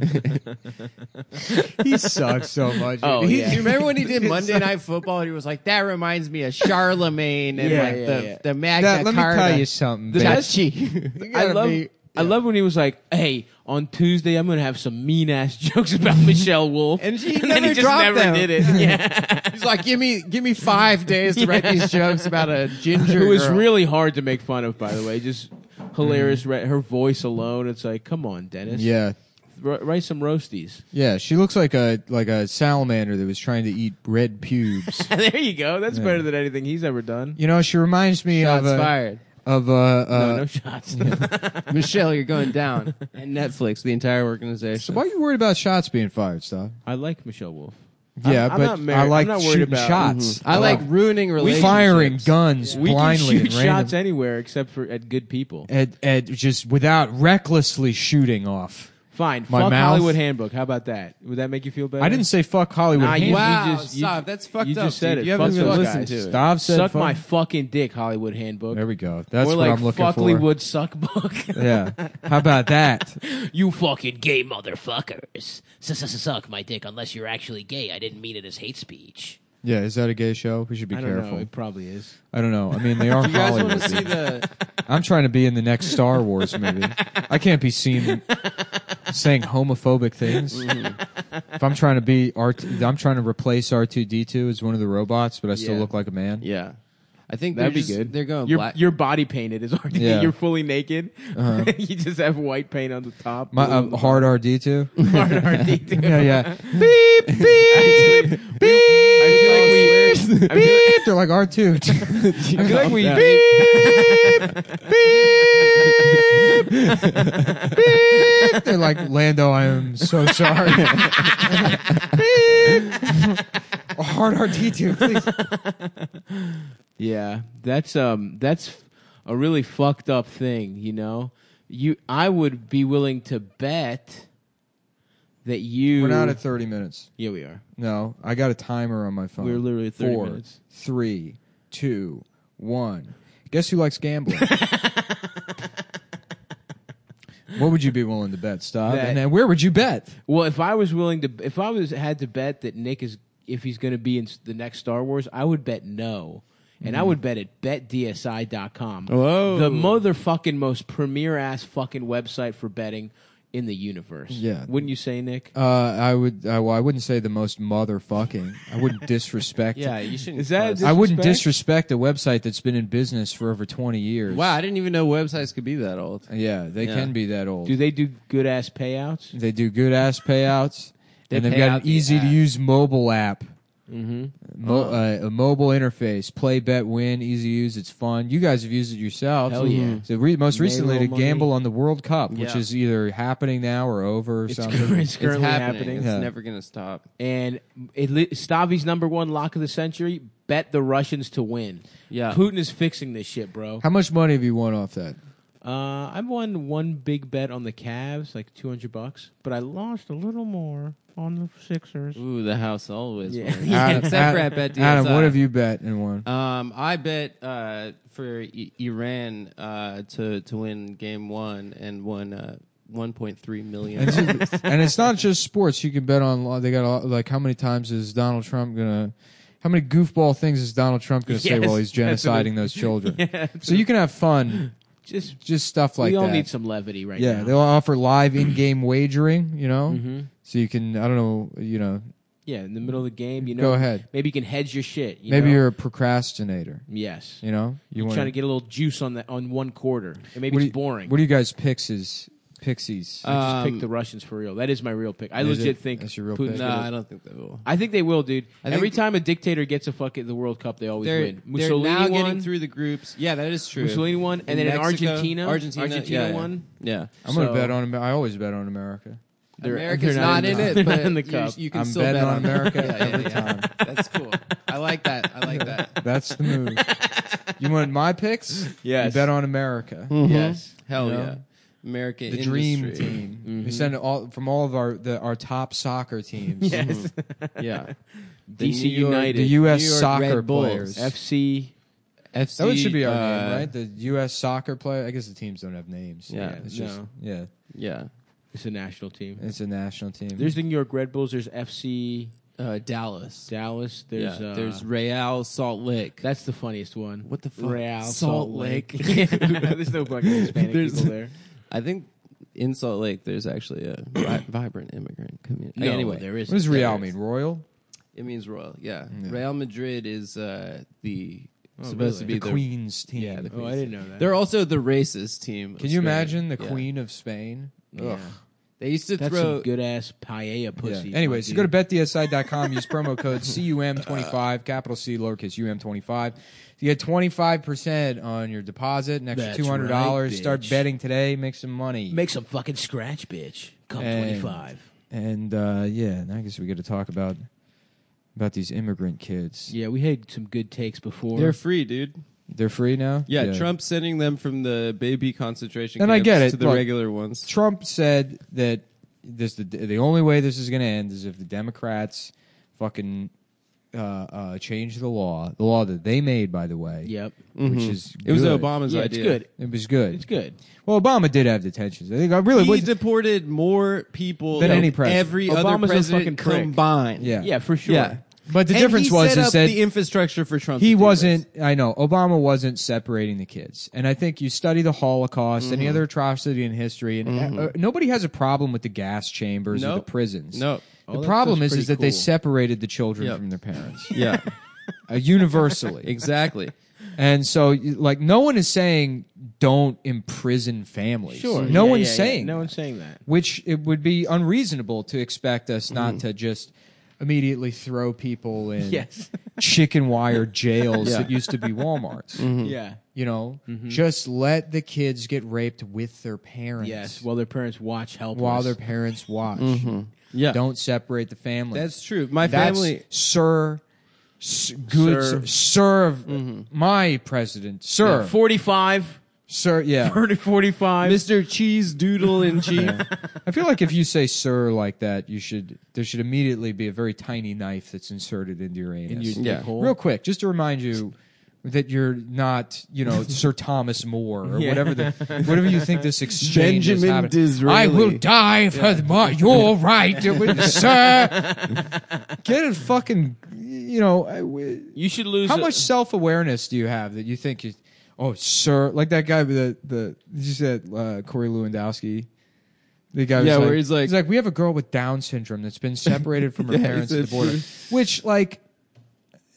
he sucks so much. Oh, He- yeah. Do you remember when he did Monday Night Football and he was like, that reminds me of Charlemagne and Yeah, like yeah, the, yeah. the Magna That- let me Carta. tell you something. The bitch. best- Duchy. I gotta love. be- I love when he was like, "Hey, on Tuesday, I'm going to have some mean ass jokes about Michelle Wolf," And she then never he just dropped never them. did it. Yeah, He's like, give me give me five days to write these jokes about a ginger who was girl." really hard to make fun of, by the way. Just hilarious. Re- her voice alone, it's like, come on, Dennis, Mm. yeah, R- write some roasties. yeah. She looks like a like a salamander that was trying to eat red pubes. there you go. That's better than anything he's ever done. you know, she reminds me shots of a, fired. of a, uh, no, no shots. Michelle, you're going down. And Netflix, the entire organization. So why are you worried about shots being fired, stuff? I like Michelle Wolf. Yeah, I'm- I'm but not married. I like I'm not worried shooting about- Mm-hmm. shots. I like ruining we relationships. firing guns We blindly can shoot at random- shots anywhere except for at good people. at, at just without recklessly shooting off. Fine. My fuck mouth? Hollywood Handbook. How about that? Would that make you feel better? I didn't say fuck Hollywood. Nah, you- Handbook. Wow, You just- you- stop. That's fucked you up. just said dude. it. You haven't Fuck even those listened guys. to it. Stav said Suck fuck. my fucking dick, Hollywood Handbook. There we go. That's More what like I'm looking fuck for. Hollywood suck book. Yeah. How about that? You fucking gay motherfuckers. Suck my dick unless you're actually gay. I didn't mean it as hate speech. Yeah, is that a gay show? We should be I don't careful. know. It probably is. I don't know. I mean, they are You guys want Hollywood. to see the I'm trying to be in the next Star Wars movie. I can't be seen saying homophobic things. Mm-hmm. if I'm trying to be R, I'm trying to replace R two D two as one of the robots, but I still Yeah. look like a man. Yeah, I think That'd they're be just- good. They're going your, black. Your body painted is RD. Yeah. You're fully naked. you just have white paint on the top. My blue on uh, the hard R D two. bottom. Hard RD. too. Yeah, yeah. beep beep I beep. feel like we. I feel Beep. They're like R two. I feel like we Yeah. beep beep. They're like Lando. I am so sorry. beep. Hard R D two, please. Yeah, that's um, that's a really fucked up thing. You know, you I would be willing to bet that you. We're not at thirty minutes. yeah, we are. No, I got a timer on my phone. We're literally at 30 Four, minutes. three, two, one. Guess who likes gambling? what would you be willing to bet, Stop? That- And then where would you bet? Well, if I was willing to, if I was had to bet that Nick is, if he's going to be in s- the next Star Wars, I would bet no. And I would bet at betdsi.com. Mm-hmm. Whoa. The motherfucking most premier ass fucking website for betting in the universe. Yeah. Wouldn't you say, Nick? Uh, I would. I, well, I wouldn't say the most motherfucking. I wouldn't disrespect. yeah, you shouldn't. Is that- cuss. I wouldn't disrespect? disrespect a website that's been in business for over twenty years. wow? I didn't even know websites could be that old. Yeah, they Yeah. can be that old. Do they do good ass payouts? They do good ass payouts, They and they've pay got out an the easy to app. use mobile app. Mm-hmm. Mo- uh, a mobile interface, play, bet, win, easy to use. It's fun. You guys have used it yourselves. Mm-hmm. Hell yeah. So re- most Made a recently to little gamble on the World Cup, which Yeah. is either happening now or over or It's, something. cur- it's It's currently happening. It's Yeah. never gonna stop. And it, li- Stavi's number one lock of the century bet the Russians to win. Yeah. Putin is fixing this shit, bro. How much money have you won off that? Uh, I won one big bet on the Cavs, like two hundred bucks, but I lost a little more on the Sixers. Ooh, the house always. Yeah. wins. Yeah, Adam, except Adam- for at BetDSI. Adam, what have you bet and won? Um, I bet uh, for I- Iran uh, to to win game one and won uh, 1.3 million. and it's not just sports. You can bet on. law- They got a lot, like how many times is Donald Trump gonna? How many goofball things is Donald Trump gonna say Yes, while he's that's what it- genociding those children? Yeah, so you can have fun, Just just stuff like we all that. need some levity right yeah, now. they'll offer live in-game wagering. You know, Mm-hmm. so you can. I don't know. You know, yeah, in the middle of the game, you know. Go ahead. Maybe you can hedge your shit. You maybe know? you're a procrastinator. yes. You know, you You're wanna- trying to get a little juice on that on one quarter, and maybe what do it's you- boring. Uh, What do you guys pixies? Pixies. I just Um, picked the Russians for real. That is my real pick. I Is legit it? think That's your real Putin's pick? no, gonna- I don't think they will. I think they will, dude. think- Every time a dictator gets a fuck at the World Cup, they always They're, win. they're Mussolini now won. getting through the groups. Yeah, that is true. Mussolini won, and then in Mexico- Argentina, Argentina, Argentina yeah, yeah. won. Yeah, I'm gonna so- bet on. Amer- I always bet on America. They're- America's they're not, in, the- it, they're but not in the you- cup. You, can I'm still betting bet on it. America Yeah, yeah, every yeah. time. That's cool. I like that. I like that. That's the move. you want my picks? Yes. You bet on America. Yes. Hell You know? yeah, American The dream Mm-hmm. industry. Mm-hmm. team. We send all from all of our the, our top soccer teams. Yes. Yeah, The DC New York- United. The U.S. New York soccer Red Bulls. players. FC. FC, that should be our name, uh, right? The U.S. soccer player. I guess the teams don't have names. Yeah. it's just, No. yeah, Yeah, It's a national team. it's a national team. There's the New York Red Bulls. There's FC uh, Dallas. Dallas. There's There's yeah, uh, there's Real Salt Lake. that's the funniest one. What the fuck? Real Salt, Salt Lake. Lake. there's no fucking Hispanic There's- people there. I think in Salt Lake there's actually a vi- vibrant immigrant community. No, anyway, there is. what does Real mean? Royal? it means royal. Yeah, Yeah. Oh, Real Madrid is uh, the really? supposed to be The, the, Queen's team. Yeah, the Oh, I didn't know that. They're also the racist team. of Can you Spain. imagine the Yeah. Queen of Spain? Yeah. Ugh. They used to That's throw. some good ass paella Yeah. pussy. Anyways, my go to dude. betdsi.com, use promo code Uh. CUM25, capital C, lowercase UM25. You get 25% on your deposit, an extra That's $200. right, Start bitch. betting today, make some money. make some fucking scratch, bitch. Come And- twenty five. and uh, yeah, and I guess we got to talk about about these immigrant kids. Yeah, we had some good takes before. They're free, dude. They're free now? Yeah, Trump sending them from the baby concentration And I camps get it, to the look. regular ones. Trump said that this the the only way this is going to end is if the Democrats fucking uh, uh, change the law, the law that they made, by the way. Yep. Which Mm-hmm. is It was good. Obama's Yeah, it's idea. good. It was good. It's good. Well, Obama did have detentions. I think I really He was. deported more people Than any president. every Obama's a other fucking president prick. combined. yeah. Yeah, for sure. Yeah. But the And difference he was set is up that the infrastructure for Trump. he to do wasn't i know obama wasn't separating the kids and i think you study the holocaust any other atrocity in history and uh, nobody has a problem with the gas chambers or the Nope. prisons Nope. Oh, the that's problem just is is pretty that they cool. separated the children Yep. from their parents this. Yeah, uh, universally exactly. and so you- like no one is saying don't imprison families Sure. no Yeah, one's yeah, yeah. saying No that one's saying that. which it would be unreasonable to expect us not to just immediately throw people in Yes. chicken wire jails Yeah. that used to be Walmarts. Yeah. You know, just let the kids get raped with their parents. Yes. While their parents watch helpless. while their parents watch. Yeah, Don't separate the family. that's true. My That's family. sir. s- Good Sir. sir, sir of- my president, sir, Yeah, 45, sir, yeah. 30, 45. Mr. Cheese Doodle in Chief. I feel like if you say sir like that, you should there should immediately be a very tiny knife that's inserted into your anus. your Yeah. dickhole. Real quick, just to remind you that you're not, you know, Sir Thomas More or Yeah. whatever the whatever you think this exchange is Benjamin happening. Disraeli. I will die for my, your right, to win, sir. Get a fucking, you know, I- w- You should lose. how a- much self awareness do you have that you think you, oh, sir, like that guy with the the did you said uh, Corey Lewandowski. The guy was Yeah, like, where he's like- we have a girl with Down syndrome that's been separated from her Yeah, he parents at the said- border, which like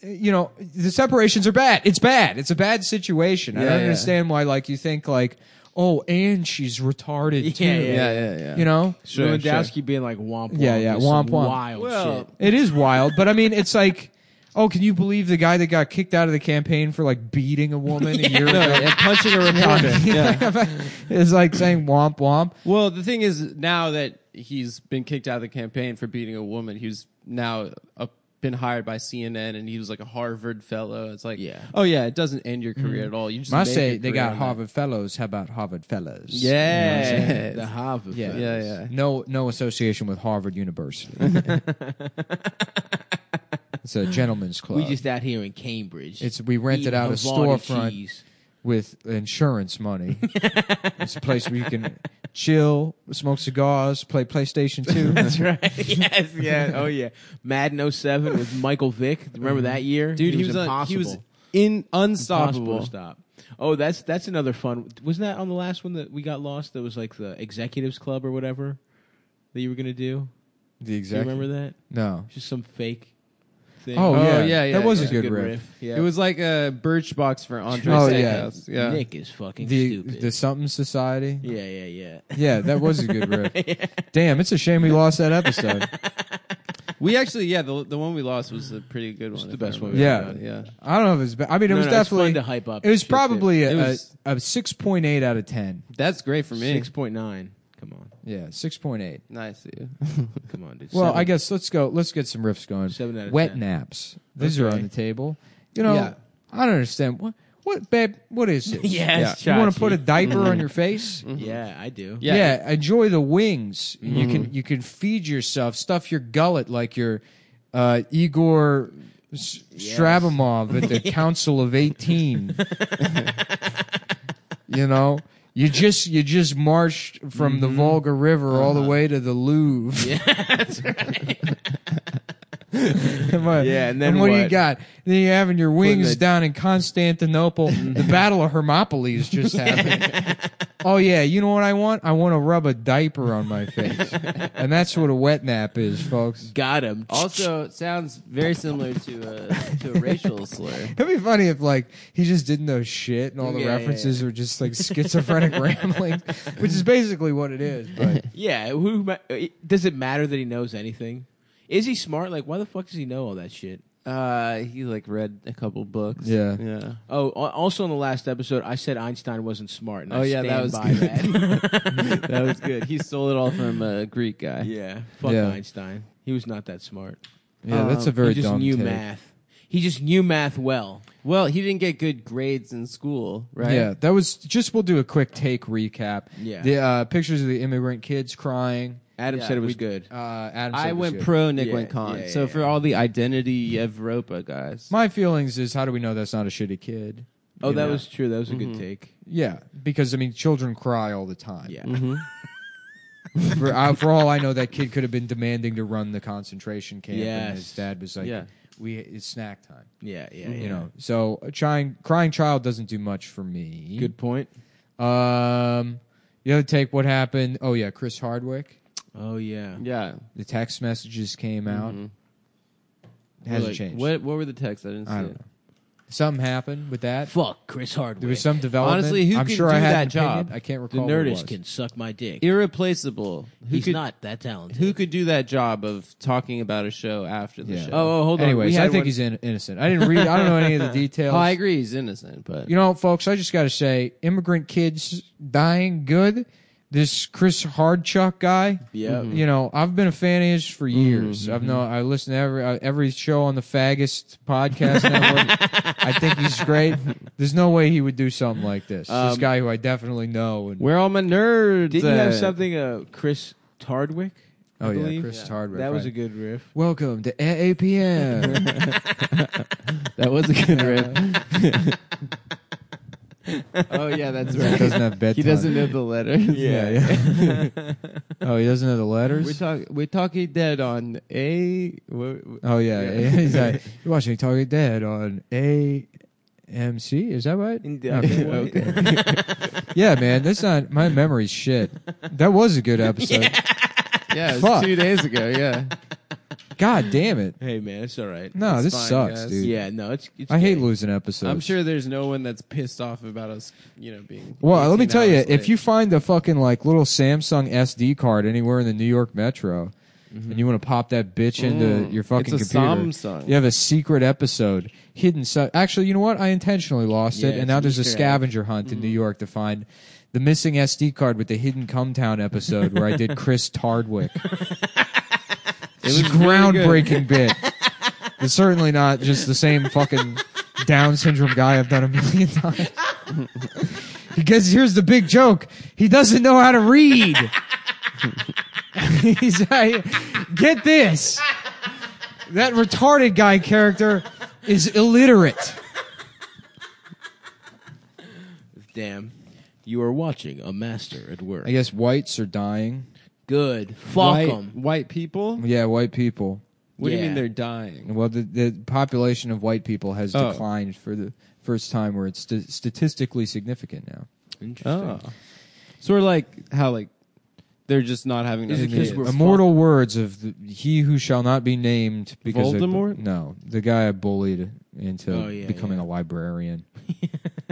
you know the separations are bad it's bad it's a bad situation i Yeah, don't yeah. understand why like you think like oh and she's retarded too Yeah, yeah. Yeah, yeah, yeah. you know Sure, Lewandowski being like womp womp. Yeah, yeah, is some womp womp. Wild Well, shit. it is wild but i mean it's like oh can you believe the guy that got kicked out of the campaign for like beating a woman a year ago and punching a reporter. yeah. it's like saying womp womp Well, the thing is, now that he's been kicked out of the campaign for beating a woman, he's now uh been hired by CNN, and he was like a Harvard fellow. It's like, Yeah. Mm-hmm. oh yeah, it doesn't end your career at all. You just i make say your they career got on that. harvard fellows how about harvard fellows Yeah, The Harvard. Yeah. fellas. yeah, yeah. no no association with harvard university it's a gentleman's club We just out here in Cambridge. It's we rented eating out a Havarti storefront cheese. with insurance money. it's a place where you can chill, smoke cigars, play PlayStation Two. That's right. yes, yeah. Oh yeah. Madden 07 with Michael Vick. Mm-hmm. Remember that year? Dude, he, was, on, impossible. he was in impossible unstoppable. to stop. Oh, that's that's another fun. Wasn't that on the last one that we got lost? That was like the executives club or whatever that you were gonna do. The Do you exact remember that? no. Just some fake thing. Oh, Oh, yeah. yeah, yeah, that was yeah. a good, riff. Yeah. It was like a birch box for Andre Oh, yeah. Steakhouse. Yeah, Nick is fucking The stupid. the something society. yeah, yeah, yeah. Yeah, that was a good riff. Damn, it's a shame we lost that episode. we actually, yeah, the the one we lost was a pretty good one. the if I best one remember Yeah. right. yeah. I don't know if it's. Ba- I mean, it No, was no, it's fun definitely to hype up It was shit, too. probably It a, was- a six point eight out of ten. That's great for me. Six point nine. Come on, Yeah, six point eight. Nice. Dude. come on, dude. Well, Seven. I guess let's go. Let's get some riffs going. Seven out of Wet ten. naps. These are Okay. on the table. You know, Yeah. I don't understand what what babe. What is this? Yes, you want to Chachi. Mm-hmm. put a diaper on your face? Yeah, I do. Yeah. enjoy the wings. You can you can feed yourself, stuff your gullet like your uh, Igor S- Strabimov at the Council of Eighteen. you know. You just you just marched from the Volga River all the way to the Louvre. And what- Yeah, and then what, do you what? got? Then you're having your wings the- down in Constantinople. the Battle of Hermopolis just happened. oh yeah, you know what I want? I want to rub a diaper on my face, and that's what a wet nap is, folks. Got him. Also, sounds very similar to a to a racial slur. It'd be funny if like he just didn't know shit, and all the Yeah, yeah, references were just like schizophrenic ramblings, which is basically what it is. But Yeah, who ma- uh, does it matter that he knows anything? Is he smart? Like, why the fuck does he know all that shit? Uh, he like read a couple books. Yeah. yeah. Oh, al- also in the last episode, I said Einstein wasn't smart. And Oh, I yeah, stand that was by that. That was good. He stole it all from a Greek guy. yeah, fuck Yeah. Einstein. He was not that smart. yeah, that's a Um, very he just dumb knew take. math. He just knew math well. Well, he didn't get good grades in school, right? Yeah, that was just. We'll do a quick take recap. Yeah. the uh, pictures of the immigrant kids crying. Adam Yeah, said it was we- good. Uh, Adam said I it was went good. pro, Nick Yeah, went con. yeah, yeah, so for yeah. all the identity Europa guys, My feelings is how do we know that's not a shitty kid? oh, You that know? was Mm-hmm. true. That was a good take. Mm-hmm. yeah, because I mean children cry all the time. Yeah. For, I, for all I know, that kid could have been demanding to run the concentration camp, and his Yes. dad was like, Yeah. "We it's snack time." Yeah, yeah, You know, so a crying, crying child doesn't do much for me. Good point. Um, the other take, what happened? Oh yeah, Chris Hardwick. Oh yeah. Yeah. The text messages came out. It hasn't Mm-hmm. Like, changed. What What were the texts? I didn't see I don't it. know. Something happened with that. Fuck Chris Hardwick. There was some development. Honestly, who I'm can sure do I had that an opinion. job? I can't The recall. what it was. nerdist can suck my dick. Irreplaceable. Who He's could not that talented. Who could do that job of talking about a show after the Yeah. show? Oh, oh, hold on. Anyways, We I had think one- he's in, innocent. I didn't read. I don't know any of the details. Oh, I agree. He's innocent, but You know, folks, I just got to say, immigrant kids dying good. This Chris Hardchuck guy. Yeah. You know, I've been a fan of his Mm-hmm. for years. I've known. I listen to every uh, every show on the Faggest podcast network. I think he's great. There's no way he would do something like this. Um, this guy who I definitely know. And, where are all my nerds? Didn't you have at? something uh Chris Tardwick? I oh yeah, believe? Chris Hardwick. That was right. a good riff. Welcome to AAPM. That was a good rip. oh yeah, that's he right. doesn't have bedtime. He doesn't know the letters. Yeah, yeah. oh, he doesn't know the letters. We're talking. We're talking dead on a. what- Oh yeah, He's like, you're watching Talking Dead on AMC. Is that right? Indeed. yeah, man, that's not my memory's shit. That was a good episode. Yeah, it Fuck. was two days ago. Yeah. God damn it! Hey man, it's all right. No, It's this fine, sucks, guys. dude. Yeah, no, it's. it's I hate gay. losing episodes. I'm sure there's no one that's pissed off about us, you know, being. Well, let me 18 tell you, hours if late. you find a fucking like little Samsung SD card anywhere in the New York metro, and you want to pop that bitch into your fucking Mm-hmm. Mm, It's a computer, Samsung. you have a secret episode hidden. So- Actually, you know what? I intentionally lost Yeah, it, and it's now an there's a Mm-hmm. Easter egg. scavenger hunt in New York to find the missing SD card with the hidden Cumtown episode where I did Chris Tardwick. it was a groundbreaking bit. It's certainly not just the same fucking Down syndrome guy I've done a million times. Because here's the big joke: he doesn't know how to read. He's like, get this. That retarded guy character is illiterate. Damn, you are watching a master at work. I guess whites are dying. Good. Fuck white, 'em. white people, Yeah, white people. what do you Yeah. mean they're dying? Well, the, the population of white people has Oh. declined for the first time where it's st- statistically significant now. Interesting. Oh, so we're like how like they're just not having. Is enough it 'cause kids. we're- Immortal words of the, he who shall not be named because of- Voldemort? no, the guy I bullied into Oh, yeah, becoming yeah. a librarian.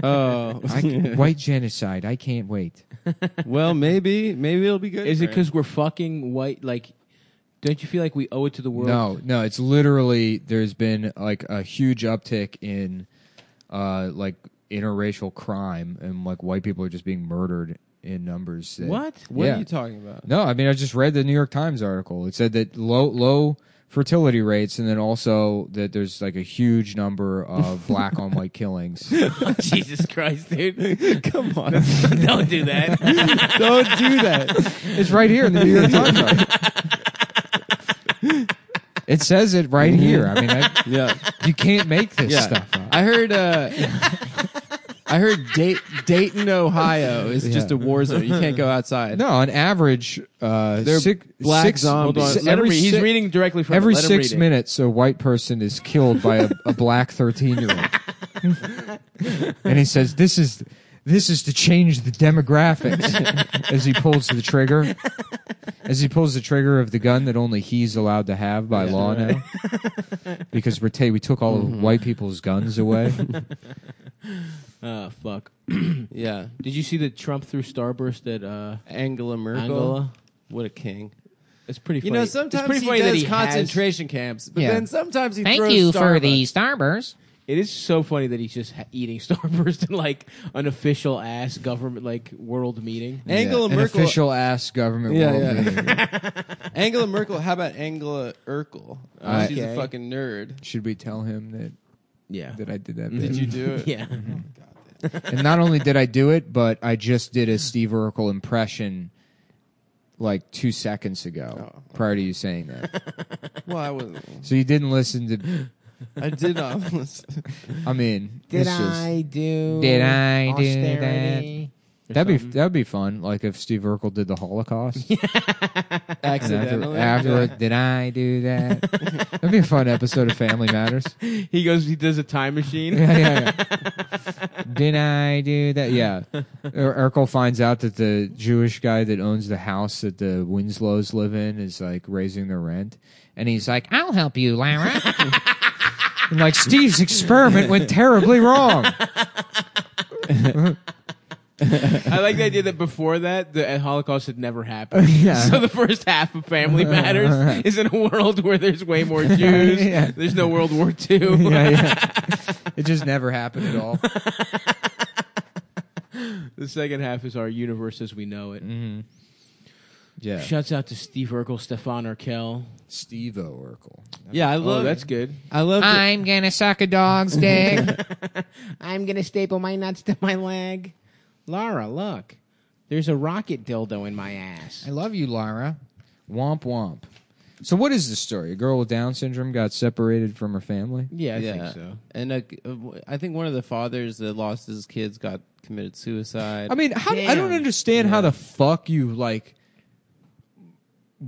Oh, I, white genocide. I can't wait. well, maybe maybe it'll be good. Is it for him. because we're fucking white? Like, don't you feel like we owe it to the world? No, no, it's literally there's been like a huge uptick in uh like interracial crime and like white people are just being murdered in numbers. that- What? What Yeah. are you talking about? No, I mean I just read the New York Times article. It said that low low fertility rates and then also that there's like a huge number of black on white killings. Jesus Christ, dude. Come on, don't Don't do that. do that. It's right here in the New York Times article. It says it right here. I mean, I, Yeah, you can't make this yeah. stuff up. I heard. uh I heard Dayton, Dayton, Ohio is just a war zone. You can't go outside. No, on average, uh, They're six, black six, zombies. si- Let him every read. He's si- reading directly from it. every Let him six read it. minutes, a white person is killed by a, a black thirteen-year-old, and he says, "This is." This is to change the demographics as he pulls the trigger. As he pulls the trigger of the gun that only he's allowed to have by law now. Because we're ta- we took all Mm-hmm. of white people's guns away. Ah, fuck. Yeah, Did you see that Trump threw Starburst at uh, Angela Merkel. Angola? What a king. It's pretty funny. You know, It's sometimes pretty he funny does that he has- concentration camps, but Yeah. then sometimes he Thank throws you for Starbucks. the Starburst. It is so funny that he's just ha- eating Starburst in like an official ass government like world meeting. Angela An Merkel. official ass government Yeah, world yeah. meeting. Angela Merkel. How about Angela Urkel? Oh, Uh, She's a okay. fucking nerd. Should we tell him that, Yeah. that I did that? bit? Did you do it? yeah. and not only did I do it, but I just did a Steve Urkel impression like two seconds ago prior to you saying that. Well, I was. so you didn't listen to. I did not. listen. I mean, it's just- do? Did I do austerity? That'd be that'd be fun. Like if Steve Urkel did the Holocaust. And after, Accidentally. after did I do that? that'd be a fun episode of Family Matters. He goes, he does a time machine. Yeah, yeah, yeah. did I do that? Yeah. Ur- Urkel finds out that the Jewish guy that owns the house that the Winslows live in is like raising the rent, and he's like, "I'll help you, Lara." and like Steve's experiment went terribly wrong. I like the idea that before that, the uh, Holocaust had never happened. Yeah. So the first half of Family Matters is in a world where there's way more Jews. Yeah. There's no World War II. yeah, yeah. It just never happened at all. The second half is our universe as we know it. Mm. Yeah. Shouts out to Steve Urkel, Stefan Urkel. Steve Oracle. yeah, I love Oh, that's good. I love the- I'm gonna suck a dog's dick. I'm gonna staple my nuts to my leg. Lara, look. There's a rocket dildo in my ass. I love you, Lara. Womp womp. So what is the story? A girl with Down syndrome got separated from her family. Yeah, I yeah. think so. And uh, I think one of the fathers that lost his kids got committed suicide. I mean, how, I don't Damn. understand how the fuck you like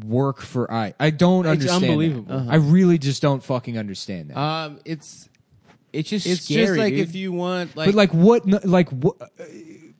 work for I. I don't It's understand. that. unbelievable. Uh, I really just don't fucking understand that. um, it's It's just it's scary, just like dude. if you want like, but like what? no- Like what?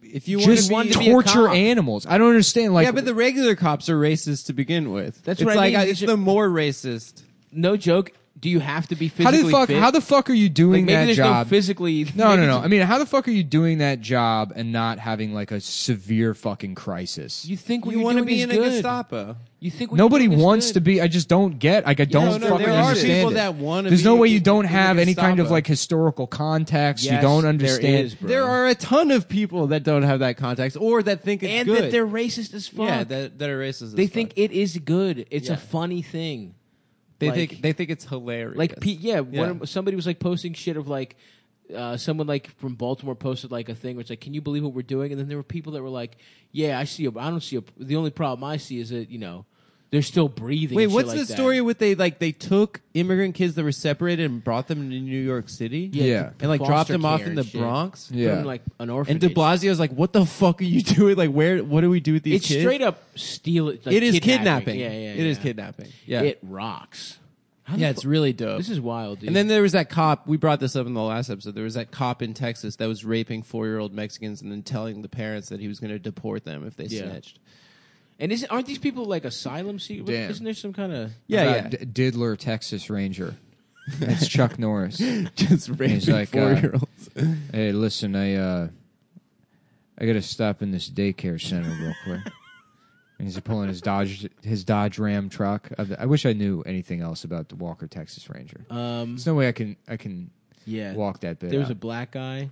if you Just want to be torture a cop. animals. I don't understand. Like yeah, but the regular cops are racist to begin with. That's it's what I like mean. uh, They it's should- the more racist. no joke. Do you have to be how physically the fuck? fit? How the fuck are you like, doing maybe that there's job? no physically. No, no, no. I mean, how the fuck are you doing that job and not having like a severe fucking crisis? you think what you want to be in a good. Gestapo. You think what Nobody you're doing is wants good. to be. I just don't get. Like, I no, don't no, fucking there are understand people it. that wanna There's no be way you in- don't in the have any kind of Gestapo. like historical context. you Yes, don't there understand. is, bro. There are a ton of people that don't have that context or that think it's and good. that they're racist as fuck. yeah, that, that are racist. as they fuck. think it is good. It's Yeah. a funny thing. they like- think they think it's hilarious. Like, Pete, yeah, Yeah. One, somebody was like posting shit of like. Uh, someone like from Baltimore posted like a thing where it's like, "Can you believe what we're doing?" And then there were people that were like, "Yeah, I see. A, I don't see. A, the only problem I see is that you know they're still breathing." Wait, and shit what's like the that. story with they like they took immigrant kids that were separated and brought them to New York City? Yeah. And like dropped foster them off care and in the shit. Bronx? Put Yeah. 'em in, like an And orphanage. De Blasio's like, "What the fuck are you doing? Like, where? What do we do with these it's kids? straight up steal. Like it is kidnapping. kidnapping. Yeah, yeah, It is yeah. kidnapping. Yeah, It rocks. How the yeah, fu- it's really dope. This is wild, dude. and then there was that cop. We brought this up in the last episode. There was that cop in Texas that was raping four-year-old Mexicans and then telling the parents that he was going to deport them if they Yeah. snitched. and isn't, aren't these people like asylum seekers? Damn. Isn't there some kind of Yeah, About yeah. D- Diddler, Texas Ranger. That's Chuck Norris. Just raping like, uh, four-year-olds. Hey, listen, I uh, I gotta stop in this daycare center real quick. And he's pulling his Dodge, his Dodge Ram truck. I, I wish I knew anything else about the Walker Texas Ranger. um There's no way I can, I can yeah walk that bit. There was out. a black guy.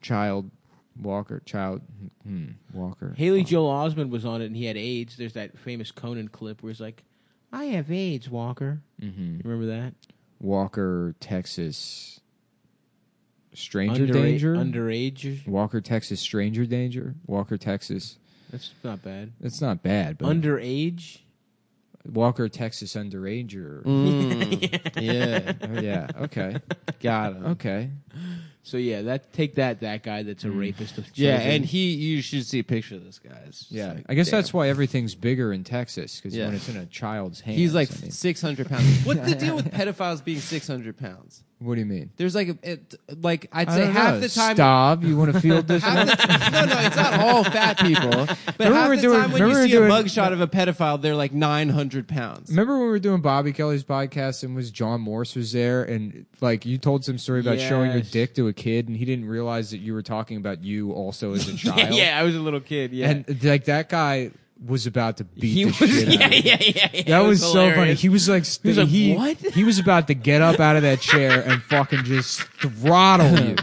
child Walker, child hmm, Walker. Haley Joel Osment was on it, and he had AIDS. There's that famous Conan clip where he's like, "I have AIDS, Walker." Mhm. You remember that? Walker, Texas. Stranger Undera- danger. Underage. Walker, Texas. Stranger danger. Walker, Texas. That's not bad. It's not bad, but Underage. Walker, Texas. Underager. Mm. yeah, Oh, yeah. Okay. got him. Okay. So yeah, that take that that guy that's Mm. a rapist of Yeah, children. and he you should see a picture of this guy. It's just Yeah. like, I guess damn. that's why everything's bigger in Texas because Yeah. when it's in a child's hands, he's like I mean- six hundred pounds. What's the deal with pedophiles being six hundred pounds? what do you mean? There's like a, it, like I'd I say don't half know. the time. Stav, you want to field this? half the ti- no, no, it's not all fat people. But Remember half we're the doing- time when remember you we're see a doing- mugshot of a pedophile, they're like nine hundred pounds. Remember when we were doing Bobby Kelly's podcast and was John Morse was there and like you told some story about showing your Yes. dick to a kid and he didn't realize that you were talking about you also as a child. yeah, I was a little kid. Yeah, And like that guy was about to beat he the was. shit out of Yeah, him. yeah, yeah, yeah. That It was, so funny. hilarious. He was like, was like, he, "What?" he was about to get up out of that chair and fucking just throttle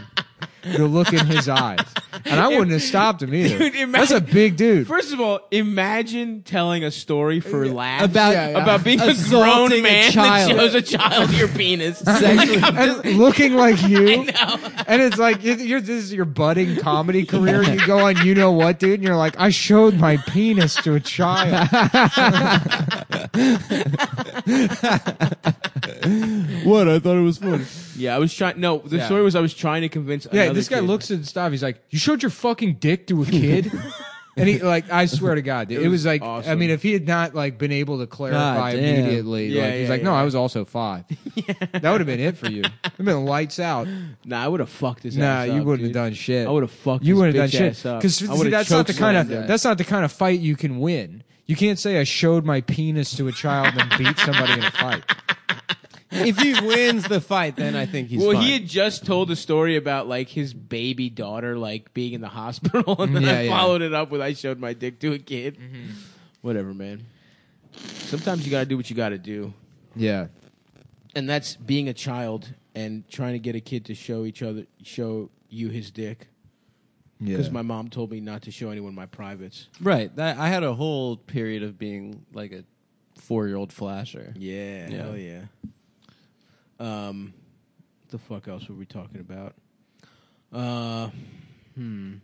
you. the look in his eyes, and I wouldn't have stopped him either. Dude, That's a imagine- big dude. First of all, imagine telling a story for laughs About- Yeah, yeah. about being a grown Assaulting a man that child. shows a child your penis. Sexually- and looking like you. And it's like it- you're this is your budding comedy career. You go on, you know what, dude, and you're like, I showed my penis to a child. What? I thought it was funny. Yeah, I was trying. No, the Yeah. story was I was trying to convince. Yeah, another this guy kid. looks at Stav. He's like, "You showed your fucking dick to a kid." And he like, I swear to God, dude, it, was was like, I awesome. mean, if he had not like been able to clarify God damn. immediately, Yeah, like, he's yeah, like, no, yeah. I was also five. That would have been it for you. It'd been lights out. Nah, I would have fucked his Nah, ass. you up, wouldn't dude. have done shit. I would have fucked. You his wouldn't have bitch done shit ass up. because I would've that's not the chokeslammed kind of his ass. that's not the kind of fight you can win. You can't say I showed my penis to a child and beat somebody in a fight. if he wins the fight, then I think he's Well, fine. he had just told a story about like his baby daughter like being in the hospital, and then Mm-hmm. Yeah, I yeah. Mm-hmm. followed it up with I showed my dick to a kid. Whatever, man. Sometimes you got to do what you got to do, Yeah, and that's being a child and trying to get a kid to show each other, show you his dick. yeah. Because my mom told me not to show anyone my privates. right. That, I had a whole period of being like a four-year-old flasher. Yeah, Yeah. hell yeah. Um, the fuck else were we talking about? Uh, hmm.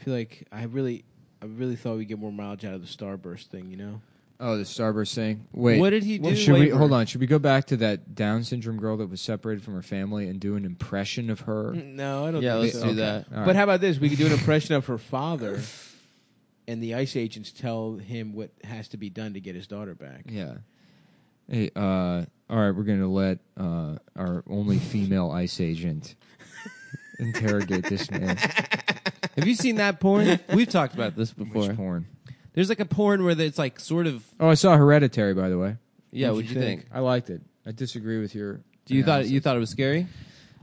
I feel like I really, I really thought we'd get more mileage out of the Starburst thing. You know, oh, the starburst thing. Wait, What did he do? Should we Wait, hold on? Should we go back to that Down syndrome girl that was separated from her family and do an impression of her? no, I don't. Yeah, think let's so. do that. All right. But how about this? We could do an impression of her father, and the ICE agents tell him what has to be done to get his daughter back. Yeah. Hey, uh, all right, we're gonna let uh, our only female ice agent interrogate this man. Have you seen that porn? We've talked about this before. Which porn? There's like a porn where it's like sort of Oh, I saw Hereditary, by the way. yeah. What'd What'd you you think? I liked it. I disagree with your. Do you thought analysis. you thought it was scary?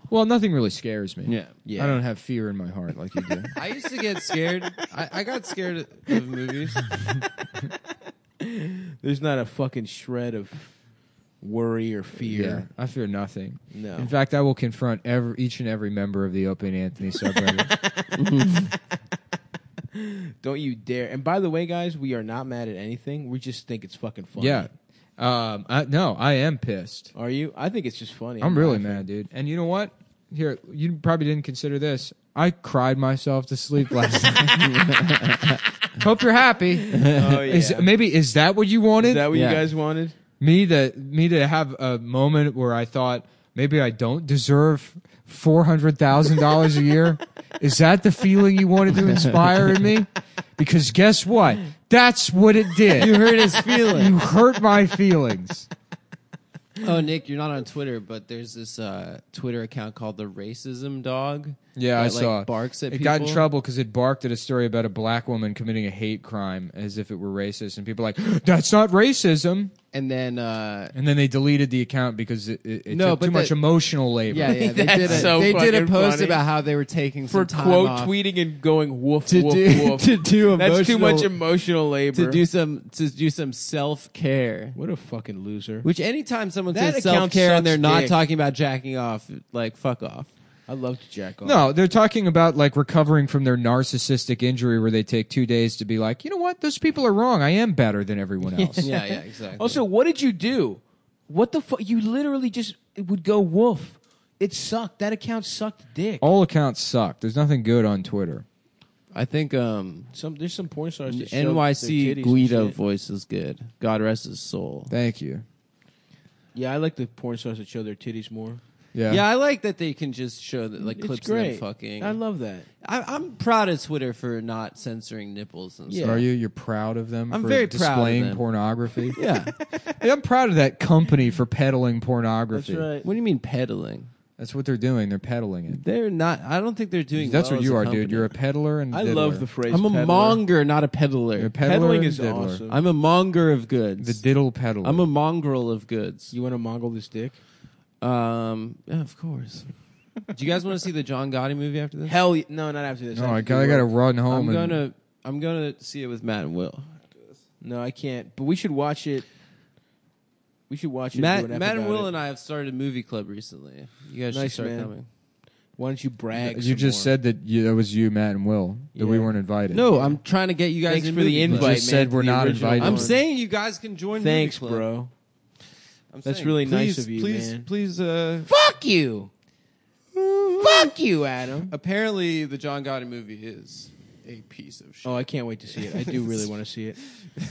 Well, nothing really scares me. Yeah. Yeah. I don't have fear in my heart like you do. I used to get scared. I, I got scared of movies. There's not a fucking shred of worry or yeah, fear. I fear nothing. No. In fact, I will confront every each and every member of the Open Anthony subreddit. Don't you dare. And by the way, guys, we are not mad at anything. We just think it's fucking funny. yeah. Um. I, no, I am pissed. Are you? I think it's just funny. I'm really laughing. mad, dude. And you know what? Here, you probably didn't consider this. I cried myself to sleep last night. Hope you're happy. Oh, yeah. Is, maybe is that what you wanted? Is that what Yeah. you guys wanted? me to me to have a moment where I thought maybe I don't deserve four hundred thousand dollars a year. Is that the feeling you wanted to inspire in me? Because guess what? That's what it did. You hurt his feelings. You hurt my feelings. Oh, Nick, you're not on Twitter, but there's this uh, Twitter account called the Racism Dog. Yeah, I that, like, saw. it. Barks at it people. got in trouble because it barked at a story about a black woman committing a hate crime as if it were racist, and people were like, "That's not racism." and then uh, And then they deleted the account because it, it, it No, took too but much the- emotional labor. yeah, yeah, they That's did a so they did a fucking post funny. about how they were taking For some time quote off tweeting and going woof to woof do woof. to do That's too much emotional- emotional labor. to do some to do some self care. what a fucking loser. Which anytime someone That says self account care and they're sucks not dick. talking about jacking off, like fuck off. I love to jack off. No, they're talking about like recovering from their narcissistic injury where they take two days to be like, you know what, those people are wrong. I am better than everyone else. Yeah, yeah, exactly. Also, what did you do? What the fuck? You literally just it would go woof. It sucked. That account sucked dick. Oh. All accounts suck. There's nothing good on Twitter. I think um, Some there's some porn stars. that show their titties NYC and Guido shit. voice is good. God rest his soul. Thank you. Yeah, I like the porn stars that show their titties more. Yeah. Yeah, I like that they can just show that like It's clips of them great. fucking. I love that. I, I'm proud of Twitter for not censoring nipples and Yeah. Are you? You're proud of them? I'm for very proud of displaying them. pornography. stuff. Yeah. Hey, I'm proud of that company for peddling pornography. what do you mean peddling? That's what they're doing. They're peddling it. They're not. I don't think they're doing. That's well what as you a are, company. dude. You're a peddler and I diddler. love the phrase. I'm a peddler. monger, not a You're a peddler. peddler Peddling and is diddler. awesome. I'm a monger of goods. The diddle peddler. I'm a mongrel of goods. You want to mongle this dick? Um, yeah, of course. Do you guys want to see the John Gotti movie after this? Hell, y- no, not after this. no, have I to got, I do got to work. run home. I'm and- gonna I'm gonna see it with Matt and Will. No, I can't. But we should watch it. We should watch it. Matt, and do an Matt F and about Will it. and I have started a movie club recently. You guys should Nice, start man. coming. Why don't you brag? You some just more? said that you, that was you, Matt, and Will that we Yeah. weren't invited. No, I'm trying to get you guys Thanks in for the movie invite, club. You just man, said to we're the not original invited. I'm one. saying you guys can join. Thanks, movie club. bro. I'm That's saying, really nice please, of you, Please, man. please. Uh, Fuck you. Fuck you, Adam. apparently, the John Gotti movie is a piece of shit. Oh, I can't wait to see it. I do really want to see it.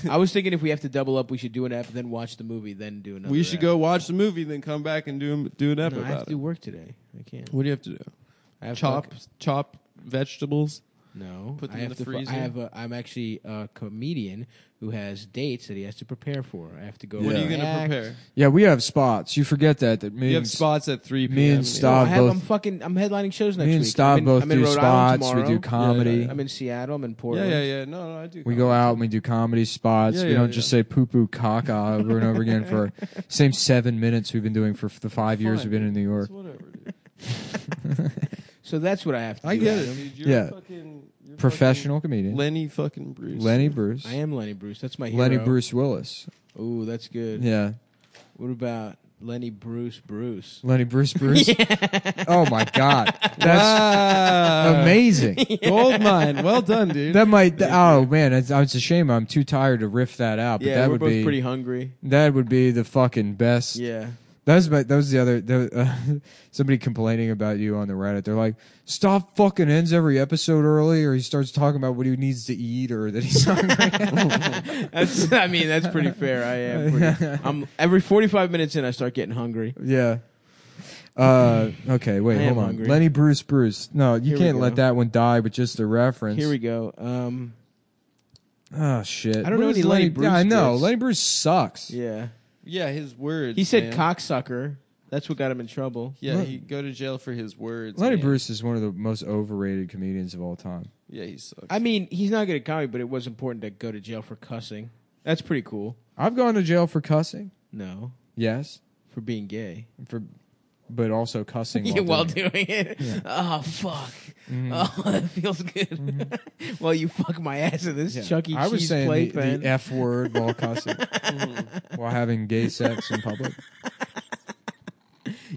I was thinking if we have to double up, we should do an app, then watch the movie, then do another. we should app. go watch the movie, then come back and do do an ep Oh, No, I have about to it. do work today. I can't. What do you have to do? I have chop fuck- chop vegetables. no. put them I in have to the fu- freezer? I have. A, I'm actually a comedian who has dates that he has to prepare for. I have to go. What are Yeah. you going to react. prepare? Yeah, we have spots. You forget that. That me You and- have spots at three p.m. me and yeah. No, I Stav have, both- I'm fucking. I'm headlining shows next Me and week. Stav I'm in, both I'm in do Rhode Island spots. We do tomorrow. comedy. I'm in Seattle. I'm in Yeah, Portland. yeah, yeah. No, no, I do. We go out and we do comedy spots. Yeah, we yeah, don't just yeah. say poo poo caca over and over again for same seven minutes we've been doing for f- the five years Fine, we've been in New York. It's whatever. Dude. So that's what I have to. I do, get it. Adam. Dude. You're Yeah. Fucking, you're Professional fucking comedian Lenny fucking Bruce. Lenny Bruce, I am Lenny Bruce. That's my hero. Lenny Bruce Willis. Ooh, that's good. Yeah, What about Lenny Bruce Bruce? Lenny Bruce Bruce. Oh my God, that's Wow. amazing. Gold mine. Well done, dude. That might. Oh man, it's, it's a shame. I'm too tired to riff that out. But yeah, that we're would both be pretty hungry. that would be the fucking best. Yeah. That was my, that was the other that, uh, somebody complaining about you on the Reddit. They're like, "Stop fucking ends every episode early," or he starts talking about what he needs to eat or that he's hungry. That's, I mean, that's pretty fair. I am. Pretty, I'm every 45 minutes in, I start getting hungry. yeah. Uh, okay, wait, I am hold on. hungry. Lenny Bruce Bruce. No, you Here we can't go. let that one die with just a reference. Here we go. Um, oh shit! I don't know What is any Lenny Bruce Yeah, I know Bruce. Lenny Bruce sucks. yeah. yeah, his words. He said man. cocksucker. That's what got him in trouble. Yeah, Len- he go to jail for his words. Lenny man. Bruce is one of the most overrated comedians of all time. Yeah, he sucks. I mean, he's not good at comedy, but it was important to go to jail for cussing. That's pretty cool. I've gone to jail for cussing. No, Yes, for being gay. for but also cussing Yeah, while while doing it. doing it. Oh fuck! Mm-hmm. Oh, that feels good. well, you fuck my ass in this Chuck E. I was Cheese saying the- the, playpen. F word while cussing, while having gay sex in public.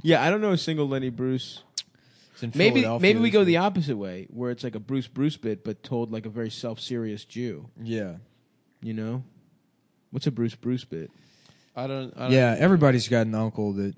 yeah, I don't know a single Lenny Bruce. It's in Maybe Philadelphia maybe we this go week. the opposite way, where it's like a Bruce Bruce bit, but told like a very self serious Jew. yeah You know, what's a Bruce Bruce bit? I don't. I don't yeah. Everybody's got an uncle that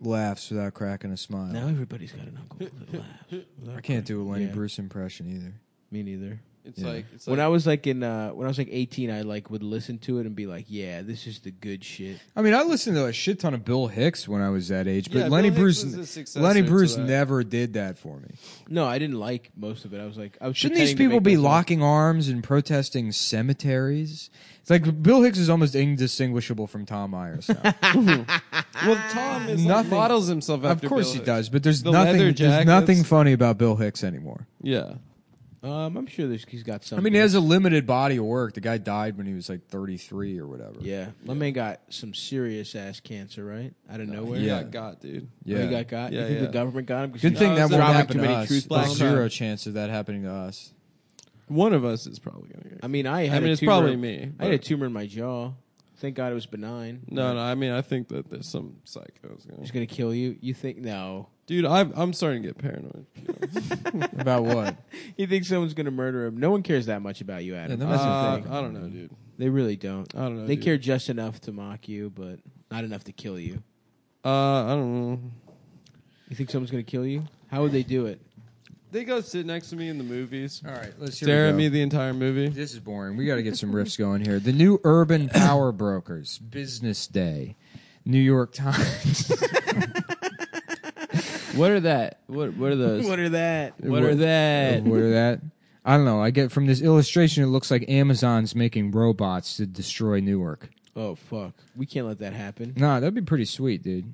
laughs without cracking a smile. Now everybody's got an uncle that laughs. I can't do a Lenny Yeah. Bruce impression either. Me neither. It's Yeah. like it's when like, I was like in uh, when I was like eighteen, I like would listen to it and be like, "Yeah, this is the good shit." I mean, I listened to a shit ton of Bill Hicks when I was that age, but Yeah, Lenny Bill Hicks Bruce, was a successor Lenny to Bruce that. never did that for me. No, I didn't like most of it. I was like, I was Shouldn't these pretending to people make be myself- locking arms and protesting cemeteries? It's like Bill Hicks is almost indistinguishable from Tom Myers. Now. well, Tom is Nothing- Like, models himself after. Of course Bill he Hicks. does, but there's The nothing. leather There's nothing jackets. funny about Bill Hicks anymore. Yeah, Um, I'm sure there's, he's got some. I mean, he has a limited body of work. The guy died when he was like 33 or whatever. yeah, my man got some serious ass cancer, right? Out of nowhere. He Yeah. got got, Uh, dude. Oh, yeah. he got got. Yeah, you think yeah. the government got him? 'cause Good he- thing No, that it's won't dropping happen too to many us. truth There's bombs. zero chance of that happening to us. One of us is probably gonna. Get I mean, I had. I mean, a it's tumor- probably me, I had a but- tumor in my jaw. Thank God it was benign. no, no. I mean, I think that there's some psychos gonna. It's gonna kill you. You think no? Dude, I'm I'm starting to get paranoid. you know. About what? You think someone's gonna murder him? No one cares that much about you, Adam. Yeah, no- That's uh, the thing. I don't know, dude. they really don't. I don't know. They dude. care just enough to mock you, but not enough to kill you. Uh, I don't know. You think someone's gonna kill you? How would they do it? They go sit next to me in the movies, All right, let's stare at me the entire movie. This is boring. We got to get some riffs going here. The new Urban Power Brokers Business Day, New York Times. What are that? What What are those? What are that? What are that? What are that? I don't know. I get from this illustration, it looks like Amazon's making robots to destroy Newark. Oh fuck! We can't let that happen. Nah, that'd be pretty sweet, dude.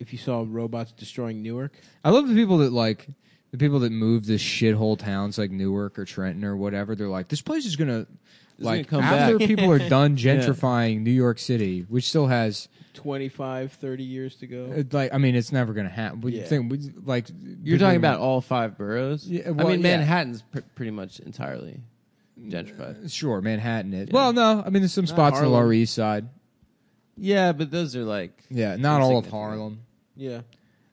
If you saw robots destroying Newark, I love the people that like the people that move the shithole towns like Newark or Trenton or whatever. They're like, this place is gonna like gonna come after back. people are done gentrifying New York City, which still has 25, 30 years to go. it, like I mean, it's never gonna happen. But Yeah. you think we- like You're people- talking about all five boroughs. Yeah, well, I mean, yeah. Manhattan's pr- pretty much entirely gentrified. sure Manhattan is. Well, no, I mean there's some spots in the Harlem. Lower East Side. Yeah, but those are like Yeah, not all of Insignificant. Harlem. Yeah.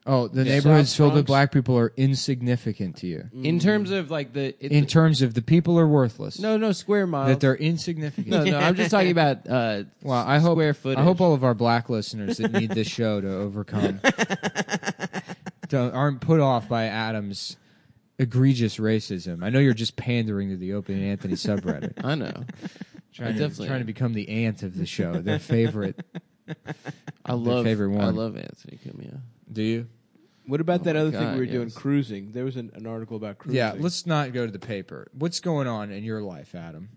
Oh, the Yeah. neighborhoods South filled with black Bronx. people are insignificant to you. in terms of like the it, In terms of the people are worthless. no no square miles. that they're insignificant. no no. I'm just talking about uh, Well, I hope square footage. I hope all of our black listeners that need this show to overcome don't, aren't put off by Adam's egregious racism. I know you're just pandering to the open Anthony subreddit, I know. trying, to, definitely trying to am. become the ant of the show, their favorite. I love favorite I one. love Anthony Cumia. Do you? What about Oh that my other thing God, we were doing, yes. cruising? There was an, an article about cruising. Yeah, let's not go to the paper. What's going on in your life, Adam?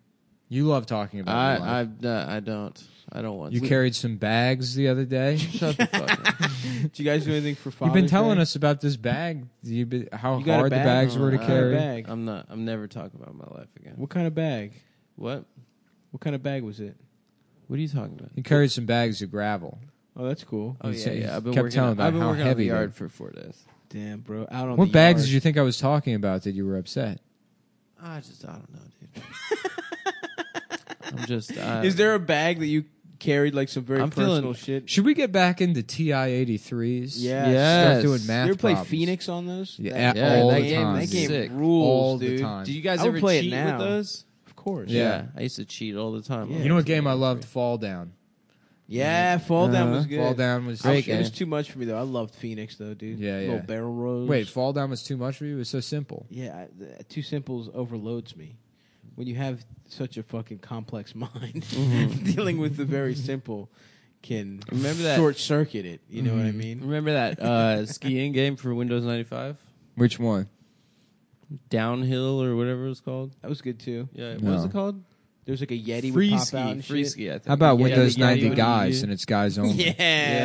You love talking about your life. I I uh, I don't I don't want You to. carried some bags the other day. Shut the fuck up. Did you guys do anything for Father's You've been telling Day? us about this bag. You've been, how You got a hard bag? the bags Oh, were to wow. carry. Bag. I'm not. I'm never talking about my life again. What kind of bag? What? What kind of bag was it? What are you talking about? He carried some bags of gravel. Oh, that's cool. Oh You yeah, said- yeah. I've been kept working. telling on- about I've been how working on heavy the they- yard for four days. Damn, bro. Out on What the bags yard. did you think I was talking about that you were upset? I just I don't know, dude. I'm just. uh, I, Is there a bag that you carried like some very I'm feeling- personal shit? Should we get back into TI 83s? Yeah. Start Yes. doing math you ever play problems. Phoenix on those? Yeah, That- Yeah, all that the game- time. that dude. game Sick. rules, all dude. the time. Do you guys I would ever play it cheat now. with those? of course. Yeah. Yeah, I used to cheat all the time. Yeah. You know what game I loved? Fall Down. Fall Down was good. Uh-huh. Fall Down was I'm Great sure It game. was too much for me though. I loved Phoenix though, dude. Yeah, yeah. Little barrel rolls. Wait, Fall Down was too much for you? It was so simple. yeah, I, th- two simples overloads me. When you have such a fucking complex mind, Mm-hmm. dealing with the very simple can Remember that- short circuit it. You know what I Mm-hmm. mean? Remember that uh, skiing game for Windows 95? Which one? Downhill or whatever it was called. That was good too. Yeah, what No. was it called? There was like a Yeti free would pop ski, out and free shit. ski. I think. How about Yeah, Windows the Yeti 90 would guys be- and it's guys only? Oh, Yeah,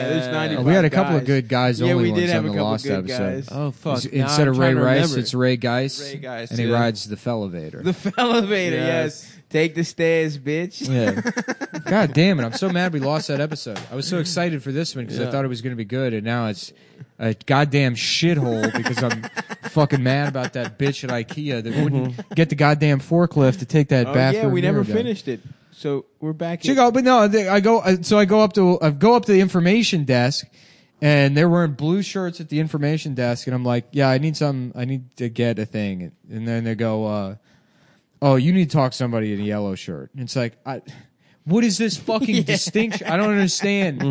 there's Yeah. 95 we had a couple of guys. good guys Yeah, only we did ones have on a the couple Lost good episode. guys. Oh fuck! It's- now Instead I'm of Ray trying to Rice, remember. it's Ray Geis, Ray Geis, and he yeah. rides the elevator. The elevator, Yes. yes. Take the stairs, bitch. yeah. God damn it! I'm so mad we lost that episode. I was so excited for this one because I Yeah. thought it was going to be good, and now it's a goddamn shithole because I'm fucking mad about that bitch at IKEA that Mm-hmm. wouldn't get the goddamn forklift to take that Oh, bathroom. yeah, we never mirror down. finished it. So we're back. She in- go, but no, they- I go. I- So I go up to I go up to the information desk, and they're wearing blue shirts at the information desk, and I'm like, yeah, I need some. I need to get a thing, and then they go, uh, oh, you need to talk to somebody in a yellow shirt. And it's like, I, what is this fucking distinction? I don't understand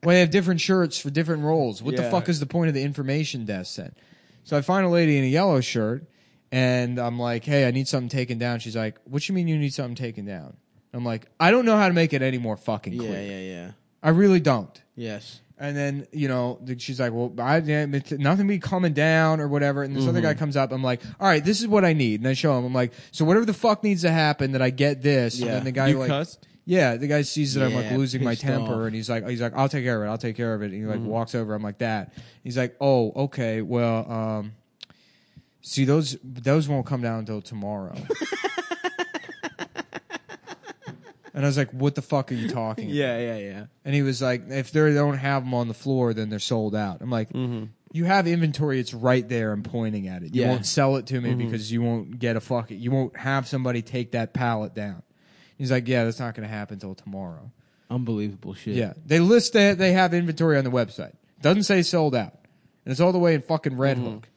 why they have different shirts for different roles. What the Yeah. fuck is the point of the information desk then? So I find a lady in a yellow shirt, and I'm like, hey, I need something taken down. She's like, what you mean you need something taken down? I'm like, I don't know how to make it any more fucking clear. Yeah, yeah, yeah. I really don't. Yes. And then you know th- she's like, "Well, I didn't- it's nothing be coming down or whatever." And this other Mm-hmm. guy comes up. I'm like, "All right, this is what I need." And I show him. I'm like, "So whatever the fuck needs to happen that I get this." And Yeah. then the guy You like, cussed? "Yeah." The guy sees that I'm like Yeah, losing my pissed temper, off. Mm-hmm. and he's like, "He's like, I'll take care of it. I'll take care of it." And he like walks over. I'm like that. He's like, "Oh, okay. Well, um, see those those won't come down until tomorrow." and I was like, "What the fuck are you talking?" about? Yeah, yeah, yeah. And he was like, if they don't have them on the floor, then they're sold out. I'm like, you have inventory. It's right there. I'm pointing at it. Mm-hmm. You Yeah. Mm-hmm. won't sell it to me because you won't get a fuck it. You won't have somebody take that pallet down. He's like, yeah, that's not going to happen until tomorrow. Unbelievable shit. Yeah. They list that they have inventory on the website. Doesn't say sold out. And it's all the way in fucking Red Mm-hmm. Hook,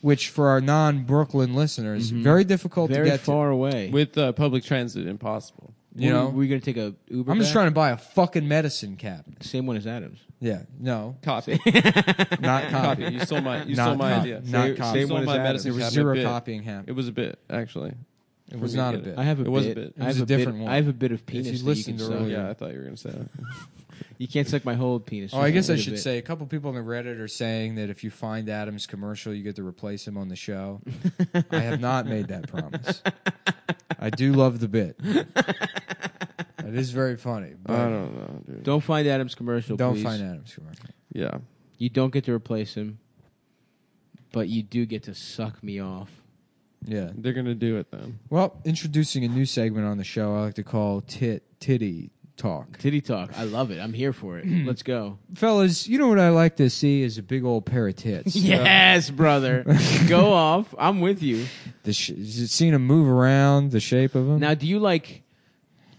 which for our non Brooklyn listeners, very difficult Very to get far away. with uh, public transit impossible. to. You know, we're gonna take a Uber. I'm just back? trying to buy a fucking medicine cabinet. Same one as Adams. Yeah. No, Copy, not copy. copy. You stole my, you Not stole my copy. idea. Not You copy. Same stole my one as medicine. There was cabinet zero bit. copying happened. It was a bit, actually. It was Forget not a it. bit. I have a It bit. was a bit. It I was have a different bit, one. I have a bit of penis. you that listened you can to suck. earlier. Yeah, I thought you were gonna say that. You can't suck my whole penis. oh, just I a guess I little should bit. say a couple people on the Reddit are saying that if you find Adam's commercial, you get to replace him on the show. I have not made that promise. I do love the bit. It is very funny. But I don't, don't know, dude. Don't find Adams commercial. please. find Adam's commercial. Yeah, You don't get to replace him, but you do get to suck me off. Yeah. they're gonna do it then. Well, introducing a new segment on the show I like to call Tit Titty Talk. Titty talk. I love it. I'm here for it. Let's go. Fellas, you know what I like to see is a big old pair of tits. Yes, brother. go off. I'm with you. The sh- seeing them move around, the shape of them. Now, do you like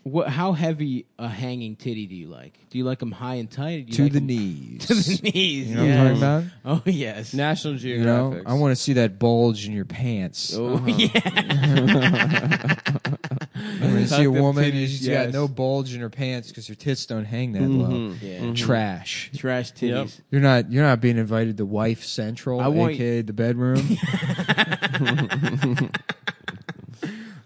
What? How heavy a hanging titty do you like? Do you like them high and tight? or do you to like the 'em- knees. To the knees. You know yes. what I'm talking about? Oh yes. National You know, Geographic. I want to see that bulge in your pants. oh yeah. I want to see a Tuck them woman titties, she's got yes. no bulge in her pants because her tits don't hang that low. Mm-hmm. Yeah. Trash. Trash Yep. titties. You're not. You're not being invited to wife central, I want- aka the bedroom.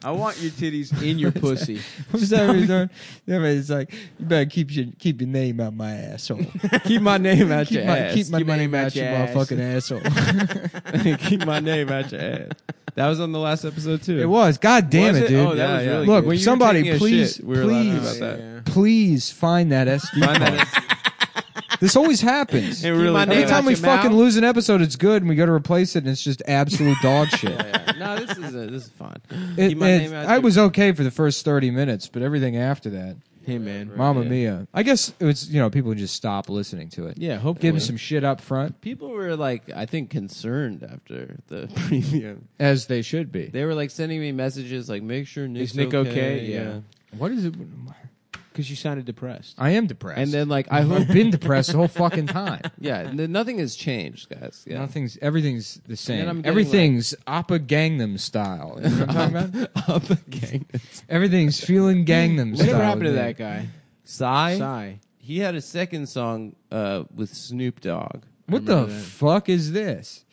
I want your titties in your pussy. What's that? what he's doing? Yeah, but It's like you better keep your keep your name out my asshole. keep my name out your Keep my, ass. keep my name out your ass. motherfucking asshole. keep my name out your ass. That was on the last episode too. it was. God damn Was it, it? dude. Oh, that was really Look, good. When you were somebody, taking a please, shit, we were laughing please, about that. please find that SD. Find card. that ass- This always happens. It really my Every name time out we your fucking mouth. lose an episode, it's good, and we go to replace it, and it's just absolute dog shit. Yeah. No, this is a, this is fine. It, Keep my it- name out I your- was okay for the first thirty minutes, but everything after that, Hey man. Mamma yeah. Mia. I guess it was you know people just stop listening to it. Yeah. Hopefully. give them some shit up front, People were like, I think concerned after the premium. as they should be. They were like sending me messages like, make sure Nick's Is Nick okay? Yeah. What is it? Because you sounded depressed. I am depressed, And then like, I hope, I've been depressed the whole fucking time. yeah, n- nothing has changed, guys. Yeah. Nothing's everything's the then I'm same. getting, Everything's Oppa Gangnam style. You know what I'm talking about? Up again. Everything's feeling Gangnam style. Whatever happened to with me. that guy? Psy, Sigh. he had a second song uh, with Snoop Dogg. What the fuck is this?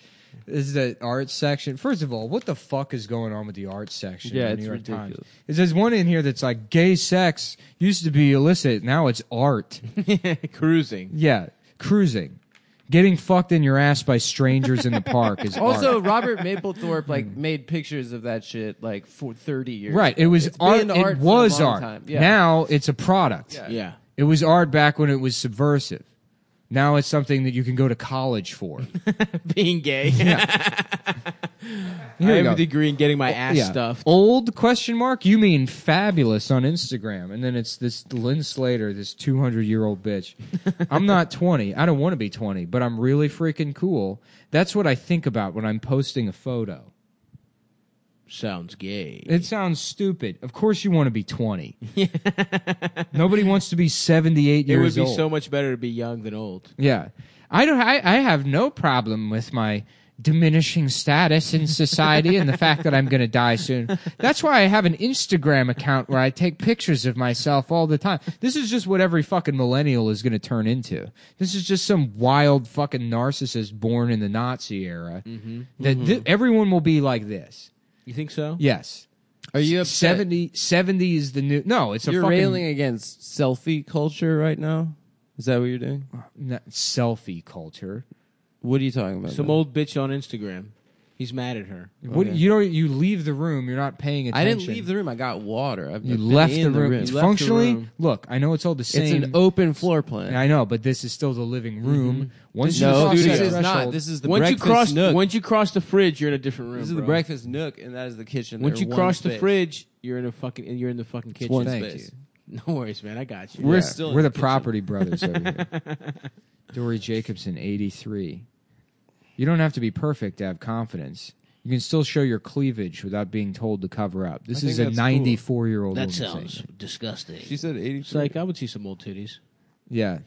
Is the art section? First of all, what the fuck is going on with the art section? Yeah, in the it's New York ridiculous. Times? It says one in here that's like gay sex used to be illicit, now it's art. Cruising. yeah, cruising, getting fucked in your ass by strangers in the park is Also, art. Robert Mapplethorpe like made pictures of that shit like for thirty years. Hmm. right. It was It's art. been art It for a was long art. time. Yeah. Now it's a product. Yeah. Yeah. It was art back when it was subversive. Now it's something that you can go to college for. Being gay. I Here we have go. a degree in getting my ass stuffed. Old question mark? You mean fabulous on Instagram. And then it's this Lynn Slater, this 200 year old bitch. I'm not 20. I don't want to be 20, but I'm really freaking cool. That's what I think about when I'm posting a photo. Sounds gay. It sounds stupid. Of course you want to be 20. Nobody wants to be 78 It would years be old. so much better to be young than old. yeah. I don't I, I have no problem with my diminishing status in society and the fact that I'm going to die soon. That's why I have an Instagram account where I take pictures of myself all the time. This is just what every fucking millennial is going to turn into. This is just some wild fucking narcissist born in the Nazi era. Mm-hmm. That thi- everyone will be like this. You think so? Yes. Are you upset? 70, 70 is the new No, it's a You're fucking railing against selfie culture right now. Is that what you're doing? n- selfie culture. What are you talking about? Some old bitch on Instagram. He's mad at her. What you don't you leave the room, you're not paying Oh, I attention. didn't leave the room. I got water. I've You been left in the room. You left the Functionally, room. look, I know it's all the It's same. an open floor plan. I know, but this is still the living room. Once you no, cross this that is not. threshold- This is the once you breakfast cross, nook. once you cross the fridge, you're in a different room. this is the bro. breakfast nook, and that is the kitchen. Once They're you one cross the space. fridge, you're in a fucking. and You're in the fucking kitchen. one Thank space. No worries, man. I got you. We're, Yeah. still in we're the the kitchen. property brothers over here. Dory Jacobson, 83. You don't have to be perfect to have confidence. You can still show your cleavage without being told to cover up. This think is a that's cool. 94 year old That woman sounds saying it. disgusting. She said eighty. It's like I would see some old titties. Yeah.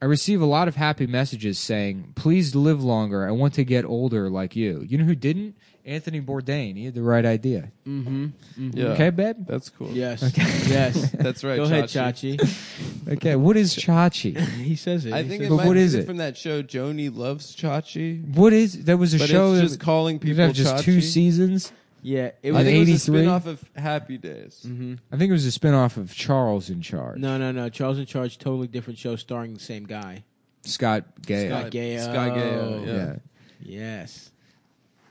I receive a lot of happy messages saying, please live longer. I want to get older like you. You know who didn't? Anthony Bourdain. He had the right idea. yeah. Okay, babe? that's cool. Yes. Yes. that's right. Go ahead, Chachi. Chachi. Okay, what is Chachi? he says it. I He think says it But might what be is it? from that show. Joni loves Chachi, What is there was a but show it's that just calling did it people have just Chachi. two seasons? yeah. It I was. think it was a 83? spin-off of Happy Days. I think it was a spin-off of Charles in Charge. No, no, no. Charles in Charge, totally different show, starring the same guy. Scott Gay. oh, Scott Gayo. Scott Gayo, yeah. yeah. Yes.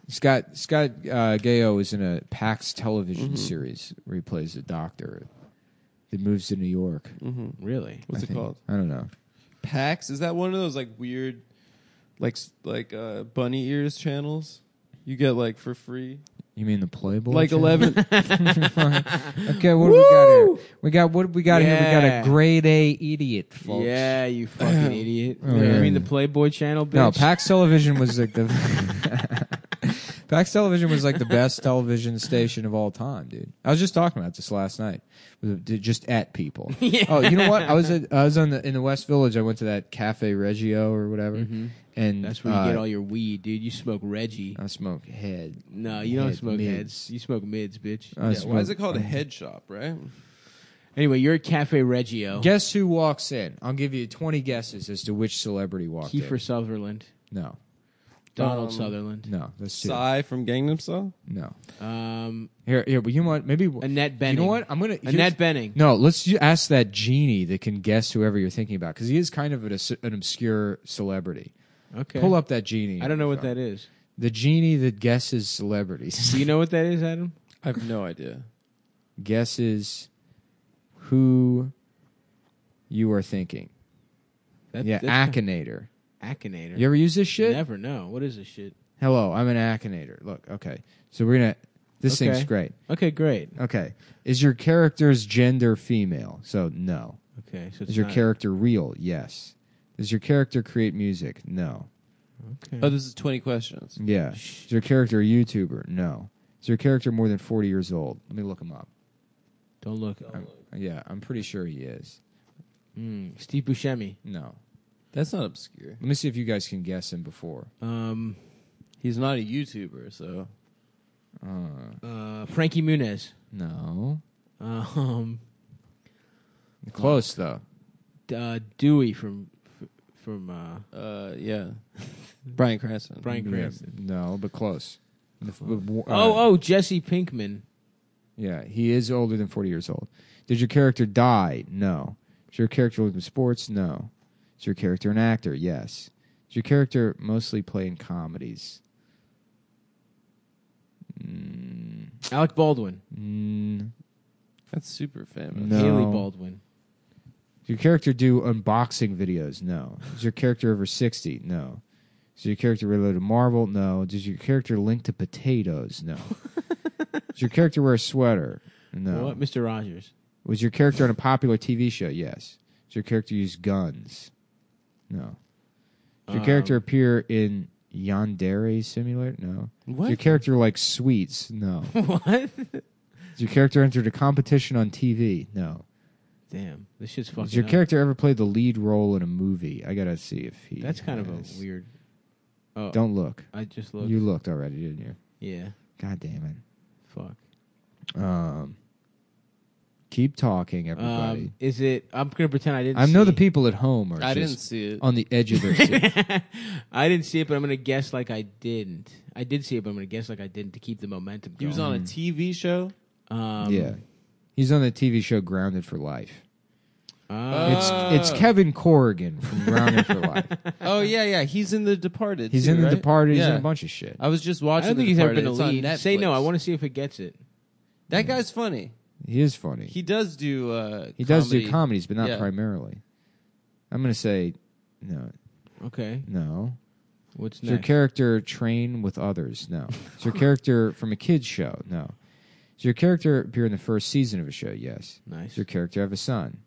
Scott Scott uh, Gayo is in a PAX Mm-hmm. television series where he plays a doctor that moves to New York. Really. I What's it think. called? I don't know. PAX? Is that one of those like weird, like s- like uh, bunny ears channels you get like for free? You mean the Playboy? Like channel? eleven. Okay, what do we got here? We got what we got here. We got Yeah. a grade A idiot, folks. Yeah, you fucking idiot. yeah. You mean the Playboy Channel? Bitch? No, PAX Television was like the Pax Television was like the best television station of all time, dude. I was just talking about this last night, with- d- just at people. Oh, you know what? I was at, I was on the, in the West Village. I went to that Cafe Reggio or whatever, and Mm-hmm. That's where you uh, get all your weed, dude. You smoke Reggie. I smoke head. No, you don't Head smoke mids. Uh, heads. You smoke mids, bitch. I Yeah, why is smoke- it called a head shop, right? Anyway, you're at Cafe Reggio. Guess who walks in? I'll give you twenty guesses as to which celebrity walked Kiefer in. Sutherland, No, Donald Um, Sutherland, no, that's two. Psy from Gangnam Style. No, um, here, here. But you know what? Maybe Annette You Benning. know what? I'm gonna here's- Annette Benning. No, let's ju- ask that genie that can guess whoever you're thinking about because he is kind of an, obs- an obscure celebrity. Okay. Pull up that genie. I don't know what that is. The genie that guesses celebrities Do you know what that is, Adam? I have no idea. guesses who you are thinking. That, yeah, that's Akinator. Akinator. You ever use this shit? Never know. What is this shit? Hello, I'm an Akinator. Look, okay. So we're gonna. This Okay. thing's great. Okay, great. Okay, is your character's gender female? So no. Okay, so it's Is your not- character real? Yes. Does your character create music? No. Okay. Oh, this is 20 questions. Yeah. Is your character a YouTuber? No. Is your character more than 40 years old? Let me look him up. Don't look. I'm- yeah, I'm pretty sure he is. Mm, Steve Buscemi. No. That's not obscure. Let me see if you guys can guess him before. Um, He's not a YouTuber, so. Uh, uh, Frankie Muniz. no. Um, Close, though. D- uh, Dewey from f- from uh, Uh, yeah. Brian Cranston. Brian Yeah, Cranston. no, but close. The f- w- uh, Oh, oh, Jesse Pinkman. Yeah, he is older than 40 years old. Did your character die? No. Is your character in sports? No. Is your character an actor? Yes. Does your character mostly play in comedies? Mm, Alec Baldwin. mm, That's super famous. No. Haley Baldwin. Does your character do unboxing videos? No. Is your character over 60? No. Is your character related to Marvel? No. Does your character link to potatoes? No. Does your character wear a sweater? No. What? Mr. Rogers. Was your character on a popular TV show? Yes. Does your character use guns? No. Does your character Um, appear in Yandere Simulator? No. Does What? your character like sweets? No. what? Does your character enter a competition on TV? No. Damn, this shit's fucking. Does your up. character ever play the lead role in a movie? I gotta see if he. That's kind of has- a weird. Oh, Don't look. I just looked. You looked already, didn't you? yeah. God damn Fuck. it. Um. Keep talking, everybody. Um, is it? I'm gonna pretend I didn't. I know see. the people at home are I just didn't see it. on the edge of their seat. I didn't see it, but I'm gonna guess like I didn't. I did see it, but I'm gonna guess like I didn't to keep the momentum. He Going. was on mm. a TV show. Um, yeah, he's on the TV show Grounded for Life. uh, it's it's Kevin Corrigan from Grounded for Life. Oh yeah, yeah. He's in The Departed. He's too, in The right? Departed. He's in Yeah. a bunch of shit. I was just I watching. don't think the he's ever been a Departed. It's on lead. Say no. Netflix. I want to see if it gets it. That guy's funny. He is funny. He, He does do. Uh, does do comedies, but not Yeah. primarily. I'm gonna say no, Okay. no. What's Does your next? character train with others? No. Is your character from a kids show? No. Does your character appear in the first season of a show? Yes. nice. Does your character have a son?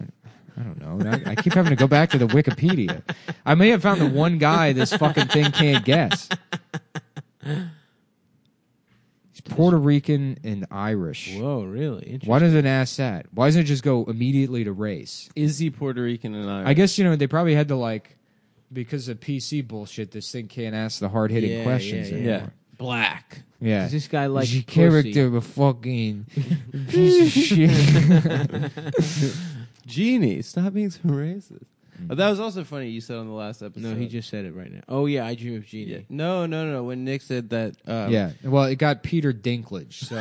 I, I don't know. I, I keep having to go back to the Wikipedia. I may have found the one guy this fucking thing can't guess. He's Puerto Rican and Irish. Whoa, really? Interesting. Why does it ask that? Why doesn't it just go immediately to race? Is he Puerto Rican and Irish? I guess you know they probably had to like because of PC bullshit. This thing can't ask the hard hitting Yeah, questions yeah, yeah. anymore. black. Yeah, Does this guy like your pussy? character a fucking piece of shit. Genie, stop being so racist. Mm. Oh, that was also funny. You said on the last episode. No, he just said it right now. Oh yeah, I dream of Genie. Yeah. No, no, no, no. When Nick said that. Um, Yeah. Well, it got Peter Dinklage, so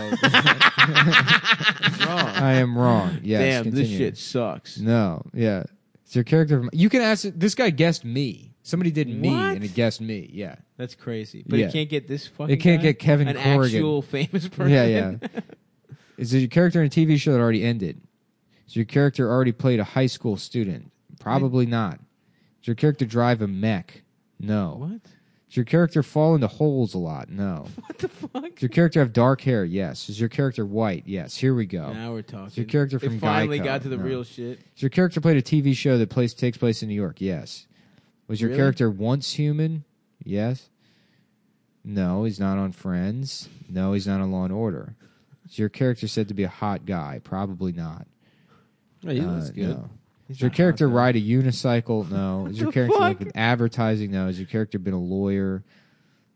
I am wrong. Yes. Damn, continue. Mm-hmm. this shit sucks. No. Yeah. It's your character. From, you can ask. This guy guessed me. Somebody did me, What? and he guessed me. Yeah. That's crazy. But Yeah. it can't get this fucking. It can't guy? get Kevin an Corrigan. actual famous person. Yeah. Yeah. Is it your character in a TV show that already ended? Is your character already played a high school student? Probably not. Does your character drive a mech? No. What? Does your character fall into holes a lot? No. What the fuck? Does your character have dark hair? Yes. Is your character white? Yes. Here we go. Now we're talking. Your character from it finally Geico. got to the No. real shit. Does your character played a TV show that place takes place in New York? Yes. Was your Really? character once human? Yes. No, he's not on Friends. No, he's not on Law and Order. So your character said to be a hot guy? Probably not. Hey, Uh, that's good. No. Does your character ride a unicycle? No. Is your character fuck? work with advertising? No. Has your character been a lawyer?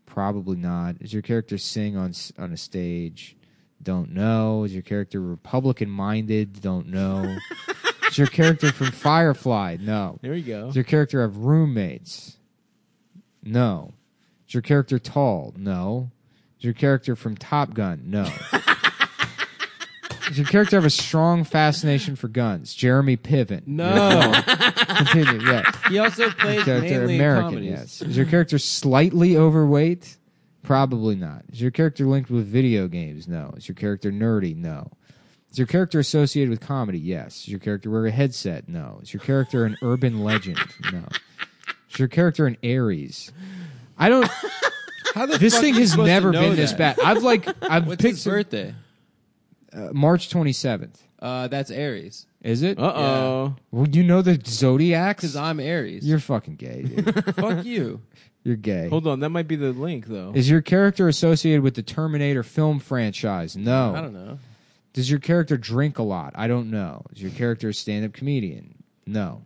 Probably not. Does your character sing on s- on a stage? Don't know. Is your character Republican minded? Don't know. Is your character from Firefly? No. There you go. Does your character have roommates? No. Is your character tall? No. Is your character from Top Gun? No. Does your character have a strong fascination for guns? Jeremy Piven. No. Continue. Yes. he also plays Character mainly in American. comedies. Yes. Is your character slightly overweight? Probably not. Is your character linked with video games? No. Is your character nerdy? No. Is your character associated with comedy? Yes. Is your character wear a headset? No. Is your character an urban legend? No. Is your character an Aries? I don't. How the This fuck thing are you has supposed to never know been this that? bad. I've like I've What's picked his birthday? uh, March twenty seventh. Uh, that's Aries. Is it? Uh oh. Well, you know the zodiacs. Because I'm Aries. You're fucking gay. Dude. fuck you. You're gay. Hold on, that might be the link though. Is your character associated with the Terminator film franchise? No. I don't know. Does your character drink a lot? I don't know. Is your character a stand up comedian? No.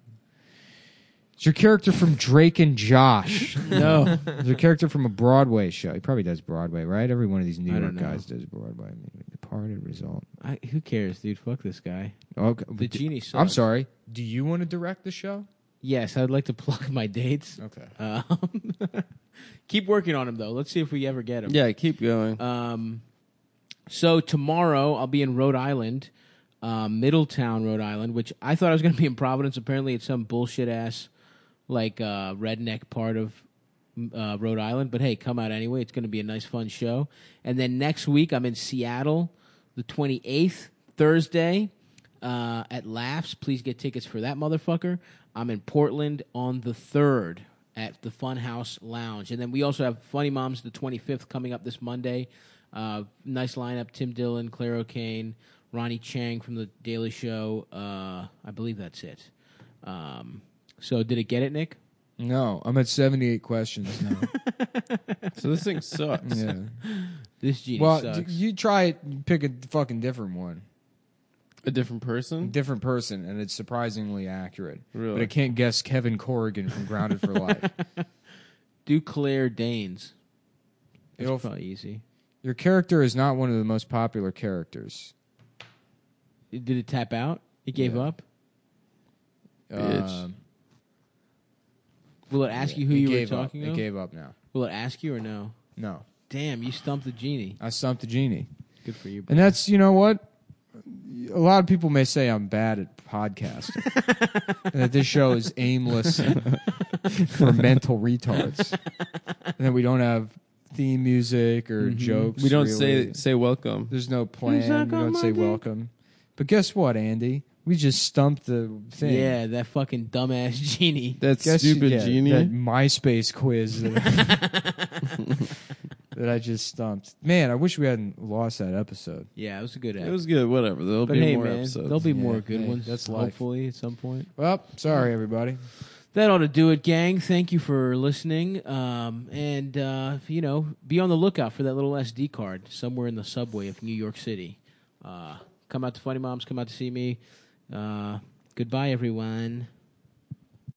Is your character from Drake and Josh? No. Is your character from a Broadway show? He probably does Broadway, right? Every one of these New I York don't know. guys does Broadway. Departed result. I, who cares, dude? Fuck this guy. Okay. The genie. Sucks. I'm sorry. Do you want to direct the show? Yes, I'd like to plug my dates. Okay. Um, keep working on him though. Let's see if we ever get him. Yeah, keep going. Uh, Um, so tomorrow I'll be in Rhode Island, uh, Middletown, Rhode Island, which I thought I was going to be in Providence. Apparently, it's some bullshit ass, like uh, redneck part of m- uh, Rhode Island. But hey, come out anyway. It's going to be a nice, fun show. And then next week I'm in Seattle, the twenty eighth Thursday. Uh, at Laughs, please get tickets for that motherfucker. I'm in Portland on the third at the Funhouse Lounge. And then we also have Funny Moms the 25th coming up this Monday. Uh, nice lineup Tim Dillon, Claire O'Kane, Ronnie Chang from The Daily Show. Uh, I believe that's it. Um, so, did it get it, Nick? No. I'm at 78 questions now. so this thing sucks. yeah. This genie Well, sucks. d- you try it, pick a fucking different one. A different person? different person, and it's surprisingly accurate. Mm-hmm. Really? But I can't guess Kevin Corrigan from Grounded for Life. Do Claire Danes. That's It'll- probably easy. Your character is not one of the most popular characters. Did it tap out? It gave Yeah. up? Bitch. Um, Will it ask you it who you were gave up. talking It to? gave up now. Will it ask you or no? No, Damn, you stumped the genie. I stumped the genie, Good for you. and that's you know what. A lot of people may say I'm bad at podcasting, and that this show is aimless for mental retards, and that we don't have theme music or Mm-hmm. jokes. We don't really. say say welcome. There's no plan. We don't say welcome. But guess what, Andy? We just stumped the thing. Yeah, that fucking dumbass genie. That Guess- stupid yeah, genie. That MySpace quiz that, that I just stumped. Man, I wish we hadn't lost that episode. Yeah, it was a good it ad. was good. Whatever. There'll but be hey, more man, episodes. there'll be more Yeah, good hey, ones. that's life. hopefully at some point. Well, sorry everybody. That ought to do it, gang. Thank you for listening. Um, and uh, you know, be on the lookout for that little SD card somewhere in the subway of New York City. Uh, come out to Funny Moms. Come out to see me. Uh, goodbye, everyone.